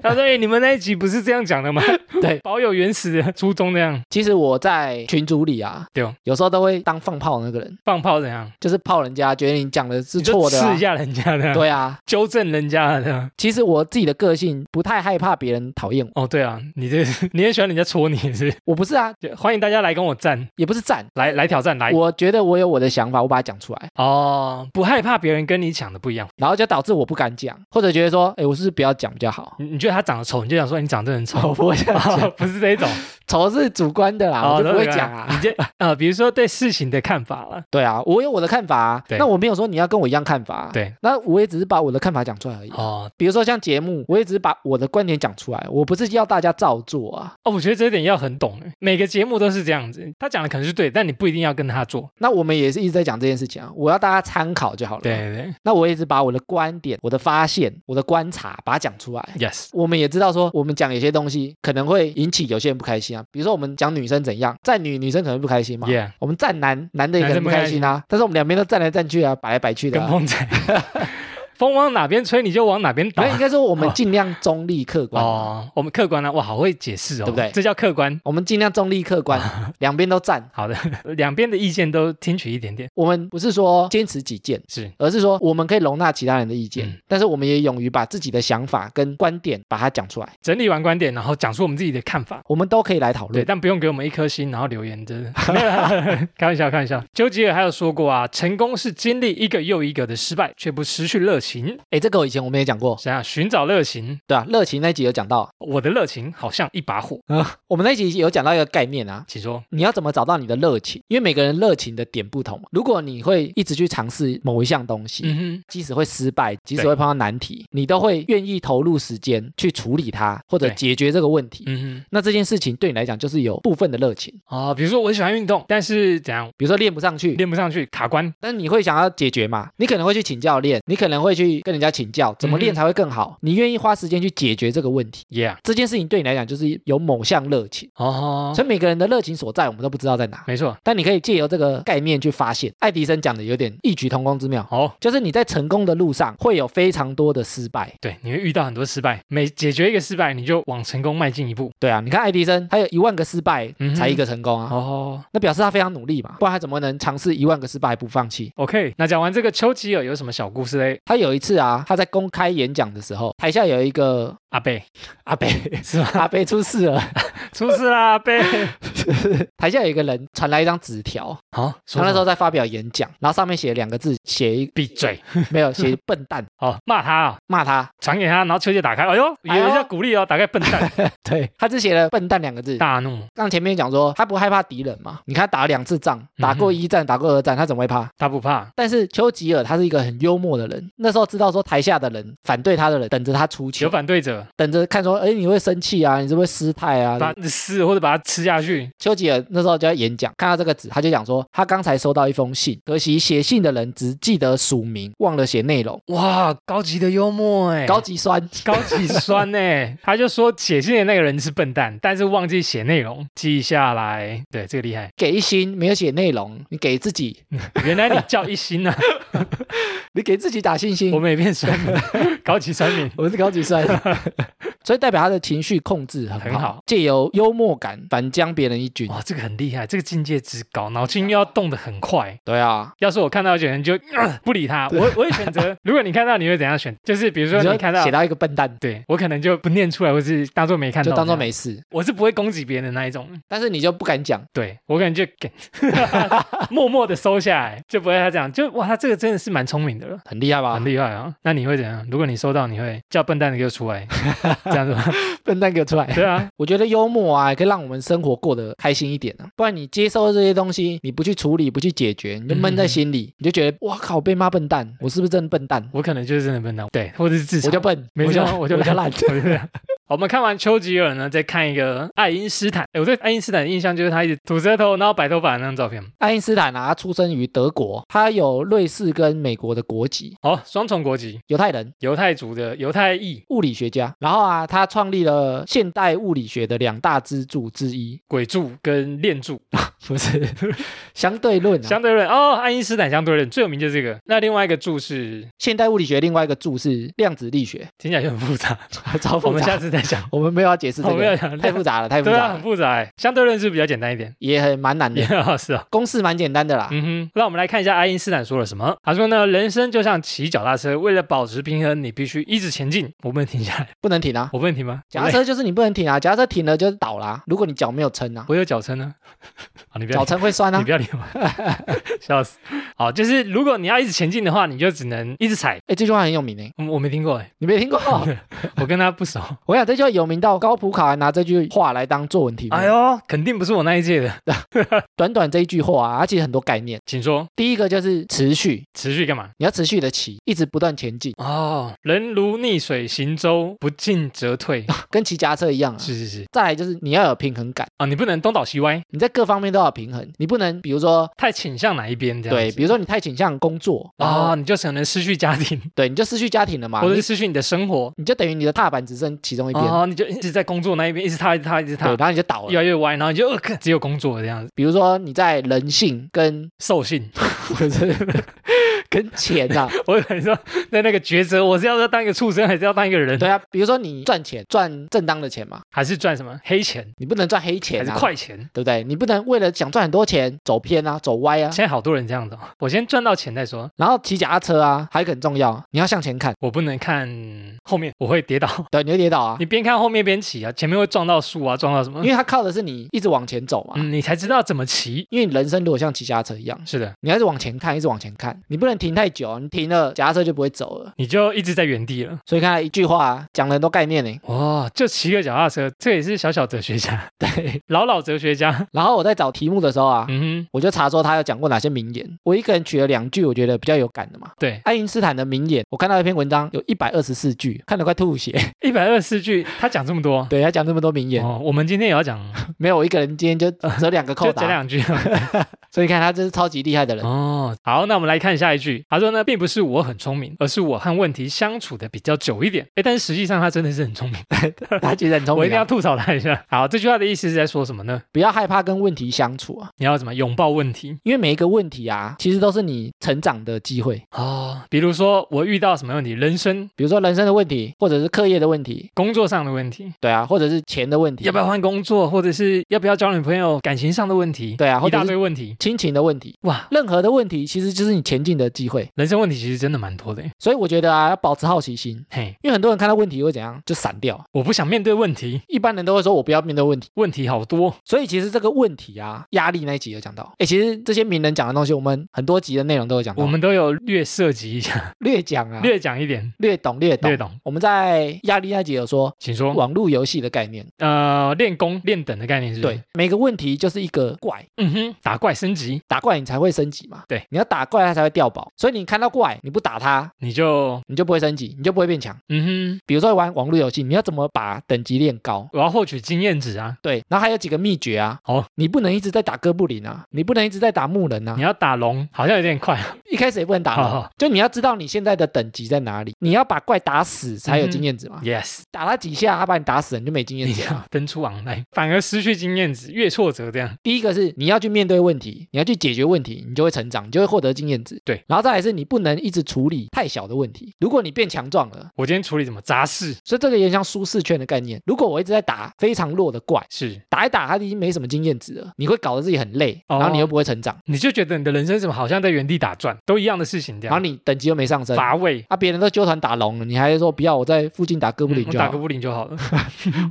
[SPEAKER 1] 他说：“哎、你们那一集不是这样讲的吗？
[SPEAKER 2] 对。
[SPEAKER 1] 保有原始的初衷，这样
[SPEAKER 2] 其实我在群组里啊，
[SPEAKER 1] 对哦
[SPEAKER 2] 有时候都会当放炮的那个人，
[SPEAKER 1] 放炮怎样？
[SPEAKER 2] 就是炮人家，觉得你讲的是
[SPEAKER 1] 你就
[SPEAKER 2] 错的、
[SPEAKER 1] 刺
[SPEAKER 2] 啊
[SPEAKER 1] 一。下人家的，
[SPEAKER 2] 对啊，
[SPEAKER 1] 纠正人家的。”啊
[SPEAKER 2] 其实我自己的个性不太害怕别人讨厌我，
[SPEAKER 1] 哦，对啊，你这 你很喜欢人家戳你是不是
[SPEAKER 2] 我不是啊，
[SPEAKER 1] 就欢迎大家来跟我战，
[SPEAKER 2] 也不是赞，
[SPEAKER 1] 来来挑战来。
[SPEAKER 2] 我觉得我有我的想法，我把它讲出来，
[SPEAKER 1] 哦，不害怕别人跟你讲的不一样。
[SPEAKER 2] 然后就导致我不敢讲，或者觉得说，哎，我是不是不要讲比较好？
[SPEAKER 1] 你你觉得他长得丑，你就想说你长得很丑。
[SPEAKER 2] 我不会这样
[SPEAKER 1] 哦
[SPEAKER 2] 讲，
[SPEAKER 1] 不是这一种，
[SPEAKER 2] 丑是主观的啦，
[SPEAKER 1] 哦
[SPEAKER 2] 我就不会
[SPEAKER 1] 那个
[SPEAKER 2] 讲啊。
[SPEAKER 1] 你这呃，比如说对事情的看法了。
[SPEAKER 2] 对啊，我有我的看法啊，
[SPEAKER 1] 对
[SPEAKER 2] 那我没有说你要跟我一样看法啊。
[SPEAKER 1] 对，
[SPEAKER 2] 那我也只是把我的看法讲出来而已。
[SPEAKER 1] 哦
[SPEAKER 2] 比如说像节目，我也只是把我的观点讲出来，我不是要大家照做啊。
[SPEAKER 1] 哦，我觉得这一点要很懂，欸每个节目都是这样子，他讲的可能是对，但你不一定要跟他做。
[SPEAKER 2] 那我们也是一直在讲这件事情啊，我要大家参考就好了。
[SPEAKER 1] 对，对
[SPEAKER 2] 那我也只把我的观点、我的发现、我的观察把它讲出来。
[SPEAKER 1] 对，yes。
[SPEAKER 2] 我们也知道说，我们讲有些东西可能会引起有些人不开心啊，样。比如说我们讲女生怎样，站女女生可能不开心嘛
[SPEAKER 1] Yeah
[SPEAKER 2] 我们站男男的也可能不开心啊。但是我们两边都站来站去啊，摆来摆去的、
[SPEAKER 1] 跟
[SPEAKER 2] 啊。
[SPEAKER 1] 风仔， 风往哪边吹你就往哪边倒
[SPEAKER 2] 没有，应该说我们尽量中立客观。
[SPEAKER 1] 哦。我们客观啊，哇，好会解释哦，
[SPEAKER 2] 对不对
[SPEAKER 1] 这叫客观。
[SPEAKER 2] 我们尽量中立客观， 两边都站。
[SPEAKER 1] 好的，两边的意见都听取一点点，
[SPEAKER 2] 我们不是说坚持己见，
[SPEAKER 1] 是
[SPEAKER 2] 而是说我们可以容纳其他人的意见，
[SPEAKER 1] 嗯
[SPEAKER 2] 但是我们也勇于把自己的想法跟观点把它讲出来，
[SPEAKER 1] 整理完观点，然后讲出我们自己的看法。
[SPEAKER 2] 我们都可以来讨
[SPEAKER 1] 对，
[SPEAKER 2] 论。
[SPEAKER 1] 但不用给我们一颗星，然后留言， 真的 没有啦开玩笑，开玩笑。丘吉尔还有说过啊，成功是经历一个又一个的失败，却不失去热情。
[SPEAKER 2] 哎，这个我以前我们也讲过，
[SPEAKER 1] 想想寻找热情，
[SPEAKER 2] 对啊，热情那集有讲到，
[SPEAKER 1] 我的热情好像一把火。
[SPEAKER 2] 我们那集有讲到一个概念啊。
[SPEAKER 1] 请说，
[SPEAKER 2] 你要怎么找到你的热情？因为每个人热情的点不同嘛。如果你会一直去尝试某一项东西，
[SPEAKER 1] 嗯
[SPEAKER 2] 即使会失败，即使
[SPEAKER 1] 对
[SPEAKER 2] 会碰到难题，你都会愿意投入时间去处理它，或者
[SPEAKER 1] 对
[SPEAKER 2] 解决这个问
[SPEAKER 1] 哼，
[SPEAKER 2] 题。
[SPEAKER 1] 嗯
[SPEAKER 2] 那这件事情对你来讲就是有部分的热情，
[SPEAKER 1] 哼，哦，比如说我喜欢运动，但是怎样
[SPEAKER 2] 比如说练不上去，
[SPEAKER 1] 练不上去，卡关，
[SPEAKER 2] 但是你会想要解决嘛？你可能会去请教练，你可能会去跟人家请教怎么
[SPEAKER 1] 嗯
[SPEAKER 2] 练才会更好。你愿意花时间去解决这个问题，
[SPEAKER 1] yeah，
[SPEAKER 2] 这件事情对你来讲就是有某项热情。
[SPEAKER 1] 哦，
[SPEAKER 2] 所以每个人的热情所在，我们都不知道在 哪，
[SPEAKER 1] 没错，
[SPEAKER 2] 但你可以借由这个概念去发现。爱迪生讲的有点异曲同工之妙。
[SPEAKER 1] 哦，
[SPEAKER 2] 就是你在成功的路上会有非常多的失败，
[SPEAKER 1] 对，你会遇到很多失败，每解决一个失败，你就往成功迈进一步。
[SPEAKER 2] 对啊，你看爱迪生，他有一万个失败
[SPEAKER 1] 嗯哼
[SPEAKER 2] 才一个成功啊，
[SPEAKER 1] 哦
[SPEAKER 2] 那表示他非常努力嘛，不然他怎么能尝试一万个失败不放弃？
[SPEAKER 1] ，OK，那讲完这个丘吉尔有什么小故事嘞？
[SPEAKER 2] 他有一次啊，他在公开演讲的时候，台下有一个
[SPEAKER 1] 阿 贝
[SPEAKER 2] 阿北，
[SPEAKER 1] 是吗？
[SPEAKER 2] 阿北出事了，
[SPEAKER 1] 出事啦，阿 贝。
[SPEAKER 2] 台下有一个人传来一张纸条，
[SPEAKER 1] 好、
[SPEAKER 2] 他
[SPEAKER 1] 啊说
[SPEAKER 2] 那时
[SPEAKER 1] 什么
[SPEAKER 2] 候在发表演讲，然后上面写两个字，写一
[SPEAKER 1] 闭嘴，
[SPEAKER 2] 没有写笨蛋，
[SPEAKER 1] 哦，骂他啊、
[SPEAKER 2] 骂他，
[SPEAKER 1] 传给他，然后丘吉尔打开，哎呦，以为是要鼓励哦，打开笨 蛋，
[SPEAKER 2] 对他只写了笨蛋两个字。
[SPEAKER 1] 大怒，
[SPEAKER 2] 刚前面讲说他不害怕敌人嘛，你看他打了两次
[SPEAKER 1] 嗯
[SPEAKER 2] 仗，打过一战，打过二战，他怎么会怕？
[SPEAKER 1] 他不怕，
[SPEAKER 2] 但是丘吉尔他是一个很幽默的人，那时候知道说台下的人反对他的人等着他出
[SPEAKER 1] 有
[SPEAKER 2] 糗，
[SPEAKER 1] 反对者，
[SPEAKER 2] 等着看说，哎，你会生气啊，你是不是失态啊？
[SPEAKER 1] 把撕或者把他吃下去，
[SPEAKER 2] 丘吉尔那时候就在演讲，看到这个纸，他就讲说，他刚才收到一封信，可惜写信的人只记得署名，忘了写内容，
[SPEAKER 1] 哇，高级的幽默哎，
[SPEAKER 2] 高级酸。
[SPEAKER 1] 高级酸 呢，他就说写信的那个人是笨蛋，但是忘记写内容，记下来，对，这个厉害，
[SPEAKER 2] 给一星没有写内容，你给 自己，
[SPEAKER 1] 原来你叫一心 啊，
[SPEAKER 2] 你给自己打信
[SPEAKER 1] 我
[SPEAKER 2] 心。
[SPEAKER 1] 们也变酸民，高级酸民，
[SPEAKER 2] 我是高级酸，所以代表他的情绪控制很好，
[SPEAKER 1] 很好
[SPEAKER 2] 借由幽默感反将别人一军。
[SPEAKER 1] 哇，这个很厉害，这个境界之高，脑筋又要动得很快，
[SPEAKER 2] 对啊，
[SPEAKER 1] 要是我看到有人就、呃不理他，我我会选 择，如果你看到，你会怎样选？就是比如说
[SPEAKER 2] 就
[SPEAKER 1] 你看到
[SPEAKER 2] 写，到一个笨蛋，
[SPEAKER 1] 对我可能就不念出来，或是当做没看到，
[SPEAKER 2] 就当做，没事，
[SPEAKER 1] 我是不会攻击别人的那一种。
[SPEAKER 2] 但是你就不敢讲。
[SPEAKER 1] 对我可能就 给 默默的收下来，就不会他这样，就哇，他这个真的是蛮聪明的了。
[SPEAKER 2] 很厉害吧
[SPEAKER 1] 很？厉害啊！那你会怎样？如果你收到，你会叫笨蛋的给我 出来，这样子吗？
[SPEAKER 2] 笨蛋给我出来！
[SPEAKER 1] 对啊，
[SPEAKER 2] 我觉得幽默啊，也可以让我们生活过得开心一点啊。不然你接受这些东西，你不去处理，不去解决，你就闷在心里，你就觉得哇靠，被骂笨蛋，我是不是真的笨蛋？
[SPEAKER 1] 我可能就是真的笨蛋，对，或者是自嘲
[SPEAKER 2] 我就笨，
[SPEAKER 1] 没
[SPEAKER 2] 我
[SPEAKER 1] 错
[SPEAKER 2] 就，
[SPEAKER 1] 我
[SPEAKER 2] 我
[SPEAKER 1] 就
[SPEAKER 2] 就
[SPEAKER 1] 烂
[SPEAKER 2] 烂。
[SPEAKER 1] 我就烂好我们看完丘吉尔呢，再看一个爱因斯坦。哎诶我对爱因斯坦的印象就是他一直吐舌头，然后白头发的那张照片。
[SPEAKER 2] 爱因斯坦啊，他出生于德国，他有瑞士跟美国的国籍，
[SPEAKER 1] 哦，双重国籍，
[SPEAKER 2] 犹太人。
[SPEAKER 1] 犹太族的犹太裔，
[SPEAKER 2] 物理学家，然后啊，他创立了现代物理学的两大支柱之一，
[SPEAKER 1] 鬼柱跟恋柱，
[SPEAKER 2] 不是相对论啊。
[SPEAKER 1] 相对论。哦，爱因斯坦相对论最有名就是这个。那另外一个柱是
[SPEAKER 2] 现代物理学另外一个柱是量子力学，
[SPEAKER 1] 听起来就很复杂，
[SPEAKER 2] 超
[SPEAKER 1] 我
[SPEAKER 2] 复
[SPEAKER 1] 们
[SPEAKER 2] 杂
[SPEAKER 1] 下。次再 讲。
[SPEAKER 2] 我们没有要解释这
[SPEAKER 1] 我们要
[SPEAKER 2] 个，
[SPEAKER 1] 讲
[SPEAKER 2] 太复杂了，太复
[SPEAKER 1] 对
[SPEAKER 2] 杂
[SPEAKER 1] 啊，很
[SPEAKER 2] 了，
[SPEAKER 1] 复杂欸。相对论是不是比较简单一 点。
[SPEAKER 2] 也很蛮难的
[SPEAKER 1] 也。 是啊，
[SPEAKER 2] 公式蛮简单的啦。
[SPEAKER 1] 嗯哼，那我们来看一下爱因斯坦说了什么。他说呢，人生就像骑脚踏车，为了保持平衡，你必须一直前进。我不能停下来，
[SPEAKER 2] 不能停啊。
[SPEAKER 1] 我不能停吗？
[SPEAKER 2] 脚踏车就是你不能停啊，脚踏车停了就是倒啦、如果你脚没有撑啊，
[SPEAKER 1] 我有脚撑呢。 好，你不要
[SPEAKER 2] 脚
[SPEAKER 1] 理，
[SPEAKER 2] 撑会酸
[SPEAKER 1] 你
[SPEAKER 2] 啊
[SPEAKER 1] 不。要理我， 笑死。好，就是如果你要一直前进的话，你就只能一直踩。
[SPEAKER 2] 哎，这句话很有名诶，
[SPEAKER 1] 嗯我没听过哎，
[SPEAKER 2] 你没 听过？
[SPEAKER 1] 我跟他不 熟。
[SPEAKER 2] 我想这句话有名到高普考还拿这句话来当作文题目。
[SPEAKER 1] 哎呦，肯定不是我那一届的。
[SPEAKER 2] 短短这一句话啊，它其实很多概念。
[SPEAKER 1] 请说，
[SPEAKER 2] 第一个就是持续，
[SPEAKER 1] 持续干嘛？
[SPEAKER 2] 你要持续的骑，一直不断前进，
[SPEAKER 1] 哦，人如逆水行舟，不进则退。
[SPEAKER 2] 跟骑脚踏车一样啊。
[SPEAKER 1] 是是是，
[SPEAKER 2] 再来就是你要有平衡感，
[SPEAKER 1] 啊，你不能东倒西歪，
[SPEAKER 2] 你在各方面都要有平衡，你不能比如说
[SPEAKER 1] 太倾向哪一边这样
[SPEAKER 2] 对，
[SPEAKER 1] 子。
[SPEAKER 2] 比如说你太倾向工作，然后、
[SPEAKER 1] 啊、你就可能失去家庭，
[SPEAKER 2] 对你就失去家庭了嘛，
[SPEAKER 1] 或者是
[SPEAKER 2] 你
[SPEAKER 1] 失去你的生活。
[SPEAKER 2] 你就等于你的踏板只剩其中一
[SPEAKER 1] 啊、
[SPEAKER 2] 边，边，
[SPEAKER 1] 哦，你就一直在工作那一边，一直踏，一直踏，一直
[SPEAKER 2] 对，
[SPEAKER 1] 踏
[SPEAKER 2] 然，后你就倒
[SPEAKER 1] 越
[SPEAKER 2] 了。
[SPEAKER 1] 来越歪，然后你就呃，看只有工作这样子，
[SPEAKER 2] 比如说你在人性 跟
[SPEAKER 1] 兽性。
[SPEAKER 2] 不是 跟钱 啊，
[SPEAKER 1] 我以为你说在那个抉择，我是要要当一个畜生，还是要当一个人？
[SPEAKER 2] 对啊，比如说你赚钱赚正当的钱嘛，
[SPEAKER 1] 还是赚什么黑钱，
[SPEAKER 2] 你不能赚黑
[SPEAKER 1] 还
[SPEAKER 2] 钱
[SPEAKER 1] 是
[SPEAKER 2] 啊，
[SPEAKER 1] 快钱？
[SPEAKER 2] 对不对？你不能为了想赚很多钱走偏啊，走歪啊。
[SPEAKER 1] 现在好多人这样子、哦，我先赚到钱再说，
[SPEAKER 2] 然后骑脚踏车啊，还有一个很重要，你要向前看，
[SPEAKER 1] 我不能看后面，我会跌倒。
[SPEAKER 2] 对，你会跌倒啊，
[SPEAKER 1] 哦你边看后面边骑啊，前面会撞到树啊，撞到什么
[SPEAKER 2] 因？为它靠的是你一直往前走嘛。
[SPEAKER 1] 嗯，你才知道怎么骑。
[SPEAKER 2] 因为你人生如果像骑脚踏车一样，
[SPEAKER 1] 是的，
[SPEAKER 2] 你要是往前看，一直往前看，你不能停太久，你停了脚踏车就不会走了。
[SPEAKER 1] 你就一直在原地了。
[SPEAKER 2] 所以看来一句话、啊、讲了很多概念呢。
[SPEAKER 1] 哇，就骑个脚踏车，这也是小小哲学家，
[SPEAKER 2] 对，
[SPEAKER 1] 老老哲学家。
[SPEAKER 2] 然后我在找题目的时候啊，
[SPEAKER 1] 嗯哼，
[SPEAKER 2] 我就查说他有讲过哪些名言，我一个人举了两句，我觉得比较有感的嘛。
[SPEAKER 1] 对，
[SPEAKER 2] 爱因斯坦的名言，我看到一篇文章有一百二十四句，看得快吐血。
[SPEAKER 1] 一百二十四句，他讲这么多。
[SPEAKER 2] 对他讲这么多名言，
[SPEAKER 1] 哦，我们今天也要讲，
[SPEAKER 2] 没有我一个人今 天就只有两个
[SPEAKER 1] 就
[SPEAKER 2] 扣
[SPEAKER 1] 讲
[SPEAKER 2] 答，
[SPEAKER 1] 两句。
[SPEAKER 2] 所以看他真是超级厉害的人。
[SPEAKER 1] 哦，好，那我们来看下一句。他说呢，并不是我很聪明，而是我和问题相处的比较久一点。哎，但是实际上他真的是很聪明，
[SPEAKER 2] 他其实很聪
[SPEAKER 1] 我一
[SPEAKER 2] 明
[SPEAKER 1] 定要
[SPEAKER 2] 啊、
[SPEAKER 1] 吐槽他一下。好，这句话的意思是在说什么呢？
[SPEAKER 2] 不要害怕跟问题相处啊，
[SPEAKER 1] 你要怎么拥抱问题？
[SPEAKER 2] 因为每一个问题啊，其实都是你成长的机会。
[SPEAKER 1] 哦，比如说我遇到什么问题，人生、
[SPEAKER 2] 比如说人生的问题，或者是课业的问题，
[SPEAKER 1] 工作上的问题，
[SPEAKER 2] 对啊，或者是钱的问题，
[SPEAKER 1] 要不要换工作，或者是要不要交女朋友，感情上的问题，
[SPEAKER 2] 对啊或
[SPEAKER 1] 一
[SPEAKER 2] 者是
[SPEAKER 1] 大堆问题。
[SPEAKER 2] 亲情的问题，
[SPEAKER 1] 哇，
[SPEAKER 2] 任何的问题其实就是你前进的机会。
[SPEAKER 1] 人生问题其实真的蛮多的。
[SPEAKER 2] 所以我觉得啊，要保持好奇心，
[SPEAKER 1] 嘿，
[SPEAKER 2] 因为很多人看到问题会怎样就闪掉。
[SPEAKER 1] 我不想面对问题，
[SPEAKER 2] 一般人都会说我不要面对问题，
[SPEAKER 1] 问题好多。
[SPEAKER 2] 所以其实这个问题啊，压力那一集有讲到。哎，其实这些名人讲的东西，我们很多集的内容都有讲到，
[SPEAKER 1] 我们都有略涉及一下，
[SPEAKER 2] 略讲啊，略
[SPEAKER 1] 略讲一点，
[SPEAKER 2] 略懂略懂。
[SPEAKER 1] 略懂。
[SPEAKER 2] 我们在压力那集有说
[SPEAKER 1] 请说。
[SPEAKER 2] 网络游戏的概念，
[SPEAKER 1] 呃，练功练等的概念是不是
[SPEAKER 2] 对，，每个问题就是一个怪，
[SPEAKER 1] 嗯哼，打怪升级，
[SPEAKER 2] 打怪你才会升级嘛。
[SPEAKER 1] 对，
[SPEAKER 2] 你要打怪它才会掉宝，所以你看到怪你不打它，
[SPEAKER 1] 你就
[SPEAKER 2] 你就不会升级，你就不会变强。
[SPEAKER 1] 嗯哼，
[SPEAKER 2] 比如说玩网络游戏，你要怎么把等级练高？
[SPEAKER 1] 我要获取经验值啊，
[SPEAKER 2] 对，然后还有几个秘诀啊。
[SPEAKER 1] 好，
[SPEAKER 2] 你不能一直在打哥布林啊，你不能一直在打木人啊
[SPEAKER 1] 你，要打龙好像有点快，
[SPEAKER 2] 一开始也不能打龙
[SPEAKER 1] 好好
[SPEAKER 2] 就你要知道你现在的等级在哪里，你要把怪打死才
[SPEAKER 1] 嗯
[SPEAKER 2] 有
[SPEAKER 1] 哼啊
[SPEAKER 2] 经验值嘛。
[SPEAKER 1] yes，
[SPEAKER 2] 打他几下，他把你打死，你就没经验
[SPEAKER 1] 你
[SPEAKER 2] 值了。
[SPEAKER 1] 要登出昂来，反而失去经验值，越挫折这样，
[SPEAKER 2] 第一个是你要去面对问题，你要去解决问题，你就会成长，你就会获得经验值。
[SPEAKER 1] 对，
[SPEAKER 2] 然后再来是你不能一直处理太小的问题。如果你变强壮了，
[SPEAKER 1] 我今天处理什么杂事
[SPEAKER 2] 所以这个也像舒适圈的概念。如果我一直在打非常弱的怪，
[SPEAKER 1] 是。
[SPEAKER 2] 打一打他已经没什么经验值了，你会搞得自己很累，
[SPEAKER 1] 哦
[SPEAKER 2] 然后你又不会成长，
[SPEAKER 1] 你就觉得你的人生怎么好像在原地打转，都一样的事情这
[SPEAKER 2] 然
[SPEAKER 1] 样，
[SPEAKER 2] 后你等级又没上升。
[SPEAKER 1] 乏味。嗯
[SPEAKER 2] 啊！别人都纠团打龙了，你还说不要？我在附近打哥布林
[SPEAKER 1] 我
[SPEAKER 2] 就
[SPEAKER 1] 打
[SPEAKER 2] 好，
[SPEAKER 1] 个布林就好了。。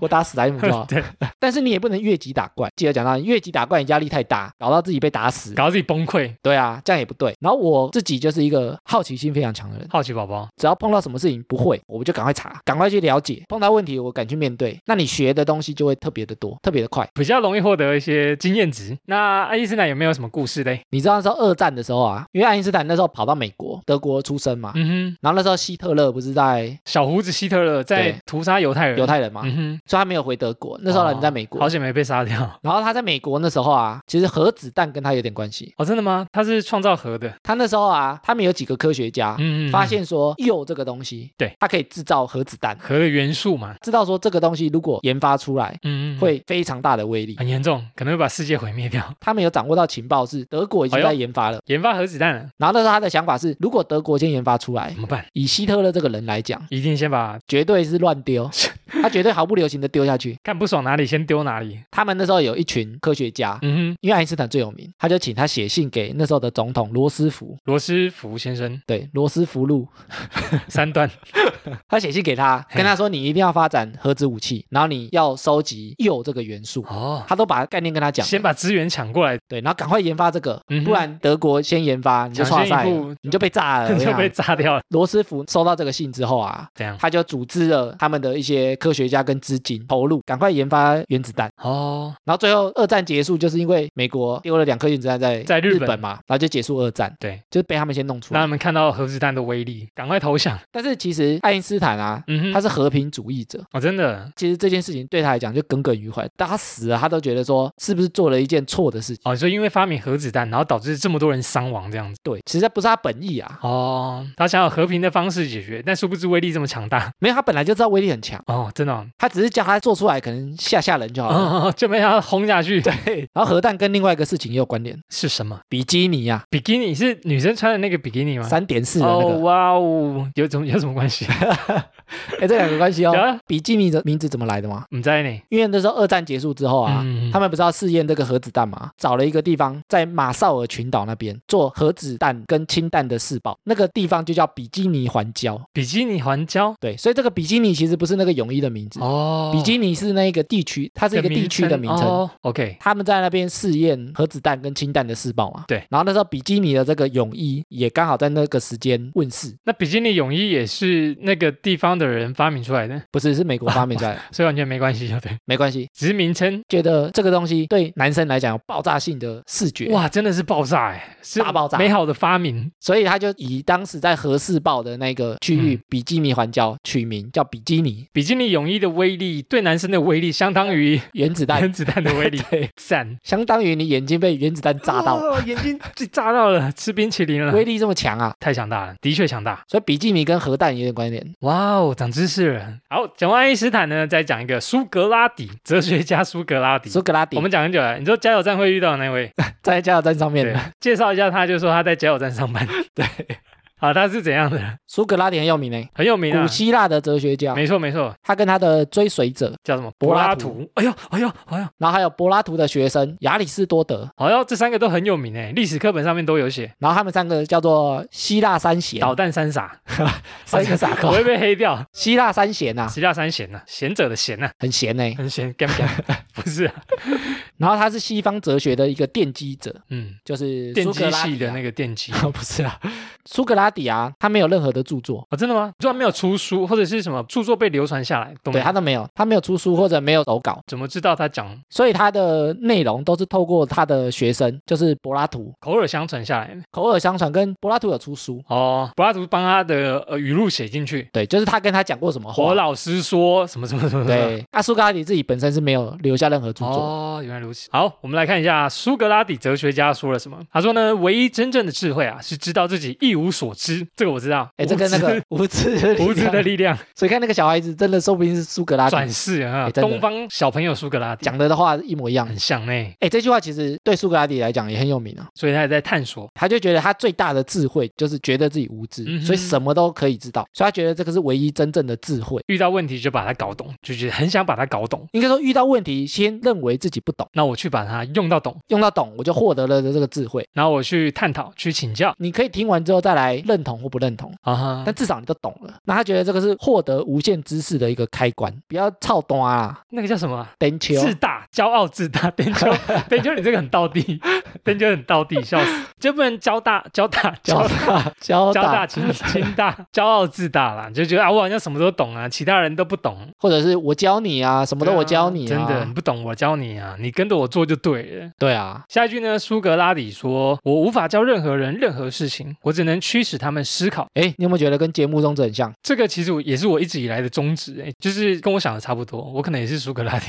[SPEAKER 2] 我打史莱姆 就好
[SPEAKER 1] 对，
[SPEAKER 2] 但是你也不能越级打怪。记得讲到，你越级打怪，你压力太大，搞到自己被打死。
[SPEAKER 1] 搞到自己崩溃。
[SPEAKER 2] 对啊，这样也不对。然后我自己就是一个好奇心非常强的人，
[SPEAKER 1] 好奇宝宝，
[SPEAKER 2] 只要碰到什么事情不会，我就赶快查，赶快去了解。碰到问题，我敢去面对。那你学的东西就会特别的多，特别的快。
[SPEAKER 1] 比较容易获得一些经验值。那爱因斯坦有没有什么故事嘞？
[SPEAKER 2] 你知道那时候二战的时候啊，因为爱因斯坦那时候跑到美国、德国出生嘛，
[SPEAKER 1] 嗯哼，
[SPEAKER 2] 然后那时候希特勒不是在
[SPEAKER 1] 小胡子希特勒在
[SPEAKER 2] 对
[SPEAKER 1] 屠杀犹太人。
[SPEAKER 2] 犹太人嘛，
[SPEAKER 1] 嗯哼，哦
[SPEAKER 2] 所以他没有回德国，那时候人在美国。
[SPEAKER 1] 好险没被杀掉。
[SPEAKER 2] 然后他在美国那时候啊，其实核子弹跟他有点关系。
[SPEAKER 1] 哦，真的吗？他是创造核的。
[SPEAKER 2] 他那时候啊，他们有几个科学家、
[SPEAKER 1] 嗯
[SPEAKER 2] 发现说铀这个东西，
[SPEAKER 1] 对，
[SPEAKER 2] 它可以制造核子弹，
[SPEAKER 1] 核的元素嘛。
[SPEAKER 2] 知道说这个东西如果研发出来
[SPEAKER 1] 嗯，哎嗯
[SPEAKER 2] 会非常大的威力。
[SPEAKER 1] 很严重，可能会把世界毁灭掉。
[SPEAKER 2] 他们有掌握到情报是德国已经
[SPEAKER 1] 哎
[SPEAKER 2] 在
[SPEAKER 1] 呦
[SPEAKER 2] 研发了，
[SPEAKER 1] 研发核子弹了
[SPEAKER 2] 然后那时候他的想法是，如果德国先研发出来
[SPEAKER 1] 怎，么办？
[SPEAKER 2] 以希特勒这个人来讲，
[SPEAKER 1] 一定先把
[SPEAKER 2] 绝对是乱 丢，他绝对毫不留情的丢下去。
[SPEAKER 1] 看不爽哪里先丢哪里。
[SPEAKER 2] 他们那时候有一群科学家，
[SPEAKER 1] 嗯哼，
[SPEAKER 2] 因为爱因斯坦最有名，他就请他写信给那时候的总统罗斯福，
[SPEAKER 1] 罗斯福先生
[SPEAKER 2] 对罗斯福路，
[SPEAKER 1] 三段。
[SPEAKER 2] 他写信给他，
[SPEAKER 1] 嘿
[SPEAKER 2] 跟他说你一定要发展核子武器，然后你要收集铀这个元素。
[SPEAKER 1] 哦，
[SPEAKER 2] 他都把概念跟他讲了，
[SPEAKER 1] 先把资源抢过来，
[SPEAKER 2] 对，然后赶快研发这个，
[SPEAKER 1] 嗯哼
[SPEAKER 2] 不然德国先研发你就
[SPEAKER 1] 抢
[SPEAKER 2] 刷
[SPEAKER 1] 先
[SPEAKER 2] 赛
[SPEAKER 1] 一
[SPEAKER 2] 了
[SPEAKER 1] 步，
[SPEAKER 2] 你就被炸了。我跟 你
[SPEAKER 1] 就
[SPEAKER 2] 讲
[SPEAKER 1] 被炸掉了。
[SPEAKER 2] 罗斯福收到这个信之后啊，
[SPEAKER 1] 这样。
[SPEAKER 2] 他就组织了他们的一些科学家跟资金投入，赶快研发原子弹。
[SPEAKER 1] 哦，
[SPEAKER 2] 然后最后二战结束，就是因为美国丢了两颗原子弹在
[SPEAKER 1] 在日
[SPEAKER 2] 日
[SPEAKER 1] 本
[SPEAKER 2] 嘛，然后就结束二战，
[SPEAKER 1] 对，
[SPEAKER 2] 就是被他们先弄出
[SPEAKER 1] 让他
[SPEAKER 2] 来。
[SPEAKER 1] 们看到核子弹的威力，赶快投降。
[SPEAKER 2] 但是其实爱因斯坦啊，
[SPEAKER 1] 嗯
[SPEAKER 2] 他
[SPEAKER 1] 哼，
[SPEAKER 2] 是和平主义者。
[SPEAKER 1] 哦，真的，
[SPEAKER 2] 其实这件事情对他来讲就耿耿于怀，但他死了，他都觉得说是不是做了一件错的事情？
[SPEAKER 1] 哦，就因为发明核子弹，然后导致这么多人伤亡这样子。
[SPEAKER 2] 对，其实不是他本意啊，
[SPEAKER 1] 哦，他想要和平的方式解决，但殊不知威力这么强大。
[SPEAKER 2] 没有，他本来就知道威力很强，
[SPEAKER 1] 哦，哦，真的哦
[SPEAKER 2] 他只是叫他做出来，可能吓吓人就好了。
[SPEAKER 1] 啊，就被他轰下去。
[SPEAKER 2] 对，然后核弹跟另外一个事情也有关联，
[SPEAKER 1] 是什么？
[SPEAKER 2] 比基尼啊，
[SPEAKER 1] 比基尼是女生穿的那个比基尼吗？
[SPEAKER 2] 三点四的那
[SPEAKER 1] 哦
[SPEAKER 2] 个，
[SPEAKER 1] 哇哦，有什么有什么关系？
[SPEAKER 2] 哎、这两个关系
[SPEAKER 1] 有
[SPEAKER 2] 哦
[SPEAKER 1] 啊。
[SPEAKER 2] 比基尼的名字怎么来的吗？
[SPEAKER 1] 我们在呢。
[SPEAKER 2] 因为那时候二战结束之后啊，
[SPEAKER 1] 嗯
[SPEAKER 2] 他们不是要试验这个核子弹嘛，找了一个地方在马绍尔群岛那边做核子弹跟氢弹的试爆，那个地方就叫比基尼环礁。
[SPEAKER 1] 比基尼环礁
[SPEAKER 2] 对，所以这个比基尼其实不是那个泳衣的名字，
[SPEAKER 1] 哦，
[SPEAKER 2] 比基尼是那个地区，它是一个地区的名称。
[SPEAKER 1] 哦 OK，
[SPEAKER 2] 他们在那边试验核子弹跟氢弹的试爆嘛，
[SPEAKER 1] 对。
[SPEAKER 2] 然后那时候比基尼的这个泳衣也刚好在那个时间问世，
[SPEAKER 1] 那比基尼泳衣也是那个地方的人发明出来的，
[SPEAKER 2] 不是是美国发明出 来的，
[SPEAKER 1] 所以完全没关系，对不对？
[SPEAKER 2] 没关系。
[SPEAKER 1] 只是名称。
[SPEAKER 2] 觉得这个东西对男生来讲有爆炸性的视觉，
[SPEAKER 1] 哇，真的是爆炸哎，是
[SPEAKER 2] 大爆炸
[SPEAKER 1] 美好的发明。
[SPEAKER 2] 所以他就以当时在核试爆的那个区域、
[SPEAKER 1] 嗯
[SPEAKER 2] 比基尼环礁取名叫比基尼
[SPEAKER 1] 比基尼泳衣的威力对男生的威力相当 于
[SPEAKER 2] 原子弹，
[SPEAKER 1] 原子 弹的威力，赞！
[SPEAKER 2] 相当于你眼睛被原子弹炸 到，
[SPEAKER 1] 哦，眼睛被炸到了，吃冰淇淋了
[SPEAKER 2] 威，力这么强啊！
[SPEAKER 1] 太强大了，的确强大。
[SPEAKER 2] 所以比基尼跟核弹有点关联。
[SPEAKER 1] 哇哦，长知识了。好，讲完爱因斯坦呢，再讲一个苏格拉底，哲学家苏格拉底。
[SPEAKER 2] 苏格拉底，
[SPEAKER 1] 我
[SPEAKER 2] 我们
[SPEAKER 1] 们讲很久了，你说加油站会遇到的那位，
[SPEAKER 2] 在加油站上面
[SPEAKER 1] 对
[SPEAKER 2] 的，
[SPEAKER 1] 介绍一下他，就说他在加油站上 班。对， 好，他是怎样的？
[SPEAKER 2] 苏格拉底很有名诶，
[SPEAKER 1] 很有名啊
[SPEAKER 2] 古，希腊的哲学家，
[SPEAKER 1] 没错没错，
[SPEAKER 2] 他跟他的追随者，
[SPEAKER 1] 叫什么
[SPEAKER 2] 柏
[SPEAKER 1] 柏
[SPEAKER 2] 拉
[SPEAKER 1] 拉
[SPEAKER 2] 图
[SPEAKER 1] 图？哎呦哎呦哎呦，
[SPEAKER 2] 然后还有柏拉图的学生亚里士多德，
[SPEAKER 1] 好像这三个都很有名诶，历史课本上面都有写。
[SPEAKER 2] 然后他们三个叫做希腊三贤，
[SPEAKER 1] 导弹三傻，
[SPEAKER 2] 三个傻
[SPEAKER 1] 我
[SPEAKER 2] 瓜，
[SPEAKER 1] 会被黑掉。
[SPEAKER 2] 希腊三贤呐、啊，
[SPEAKER 1] 希腊三贤呐、啊，贤者的贤呐、啊，
[SPEAKER 2] 很闲呢。
[SPEAKER 1] 很 贤，干不 干？不是、啊，
[SPEAKER 2] 然后他是西方哲学的一个奠基者，
[SPEAKER 1] 嗯，
[SPEAKER 2] 就是
[SPEAKER 1] 电
[SPEAKER 2] 苏格
[SPEAKER 1] 机
[SPEAKER 2] 拉底
[SPEAKER 1] 系的哦
[SPEAKER 2] 啊
[SPEAKER 1] 那个电机。
[SPEAKER 2] 啊，不是啊，苏格拉底啊，他没有任何的著作，
[SPEAKER 1] 哦，真的吗？就算没有出书或者是什么著作被流传下来，懂
[SPEAKER 2] 对他都没有，他没有出书或者没有手稿，
[SPEAKER 1] 怎么知道他讲
[SPEAKER 2] 所以他的内容都是透过他的学生，就是柏拉图
[SPEAKER 1] 口耳相传下来的？
[SPEAKER 2] 口耳相传，跟柏拉图有出书，
[SPEAKER 1] 哦，柏拉图帮他的呃语录写进去。
[SPEAKER 2] 对，就是他跟他讲过什么
[SPEAKER 1] 我
[SPEAKER 2] 话。
[SPEAKER 1] 老师说什么什么什么什么。
[SPEAKER 2] 对，那、苏格拉底自己本身是没有留下任何著作，
[SPEAKER 1] 哦，原来如此。好，我们来看一下苏格拉底哲学家说了什么。他说呢，唯一真正的智慧啊，是知道自己一无所知。这个我知道。
[SPEAKER 2] 哎，这跟那 个无知的力
[SPEAKER 1] 无知无知的
[SPEAKER 2] 量
[SPEAKER 1] 力 量
[SPEAKER 2] 所以看那个小孩子真的说不定是苏格拉底
[SPEAKER 1] 转世啊，
[SPEAKER 2] 哎真的
[SPEAKER 1] 东方小朋友苏格拉底
[SPEAKER 2] 讲的的话一模一样
[SPEAKER 1] 很。像呢，
[SPEAKER 2] 哎，这句话其实对苏格拉底来讲也很有名啊，
[SPEAKER 1] 所以他也在探索。
[SPEAKER 2] 他就觉得他最大的智慧就是觉得自己无知，
[SPEAKER 1] 嗯哼
[SPEAKER 2] 所以什么都可以知道，所以他觉得这个是唯一真正的智慧。
[SPEAKER 1] 遇到问题就把它搞懂，就觉得很想把它搞懂。
[SPEAKER 2] 应该说遇到问题，先认为自己不懂，
[SPEAKER 1] 那我去把它用到懂，
[SPEAKER 2] 用到懂，我就获得了这个智慧。
[SPEAKER 1] 然后我去探讨、去请教
[SPEAKER 2] 你可以听完之后再来认同或不认同，
[SPEAKER 1] 啊哈
[SPEAKER 2] 但。至少你都懂了。那他觉得这个是获得无限知识的一个开关，不要操端啊，
[SPEAKER 1] 那个叫什么啊？
[SPEAKER 2] 等球。
[SPEAKER 1] 自大、骄傲、自大，等 秋，等秋，你这个很到地， 等秋很到地，笑死！就不能交大、交大、
[SPEAKER 2] 交 大，交
[SPEAKER 1] 交大
[SPEAKER 2] 大，
[SPEAKER 1] 清清大，骄傲自大啦，就觉得啊，我好像什么都懂啊，其他人都不懂。
[SPEAKER 2] 或者是我教你啊，什么都我教你、啊，
[SPEAKER 1] 真的，你，不懂我教你啊，你跟着我做就对了。
[SPEAKER 2] 对啊，
[SPEAKER 1] 下一句呢，苏格拉底说：“我无法教任何人任何事情，我只能驱使他们思考。”
[SPEAKER 2] 哎，你有没有觉得跟节目宗旨很像？
[SPEAKER 1] 这个其实我也是我一直以来的宗旨，哎，就是跟我想的差不多。我可能也是苏格拉底。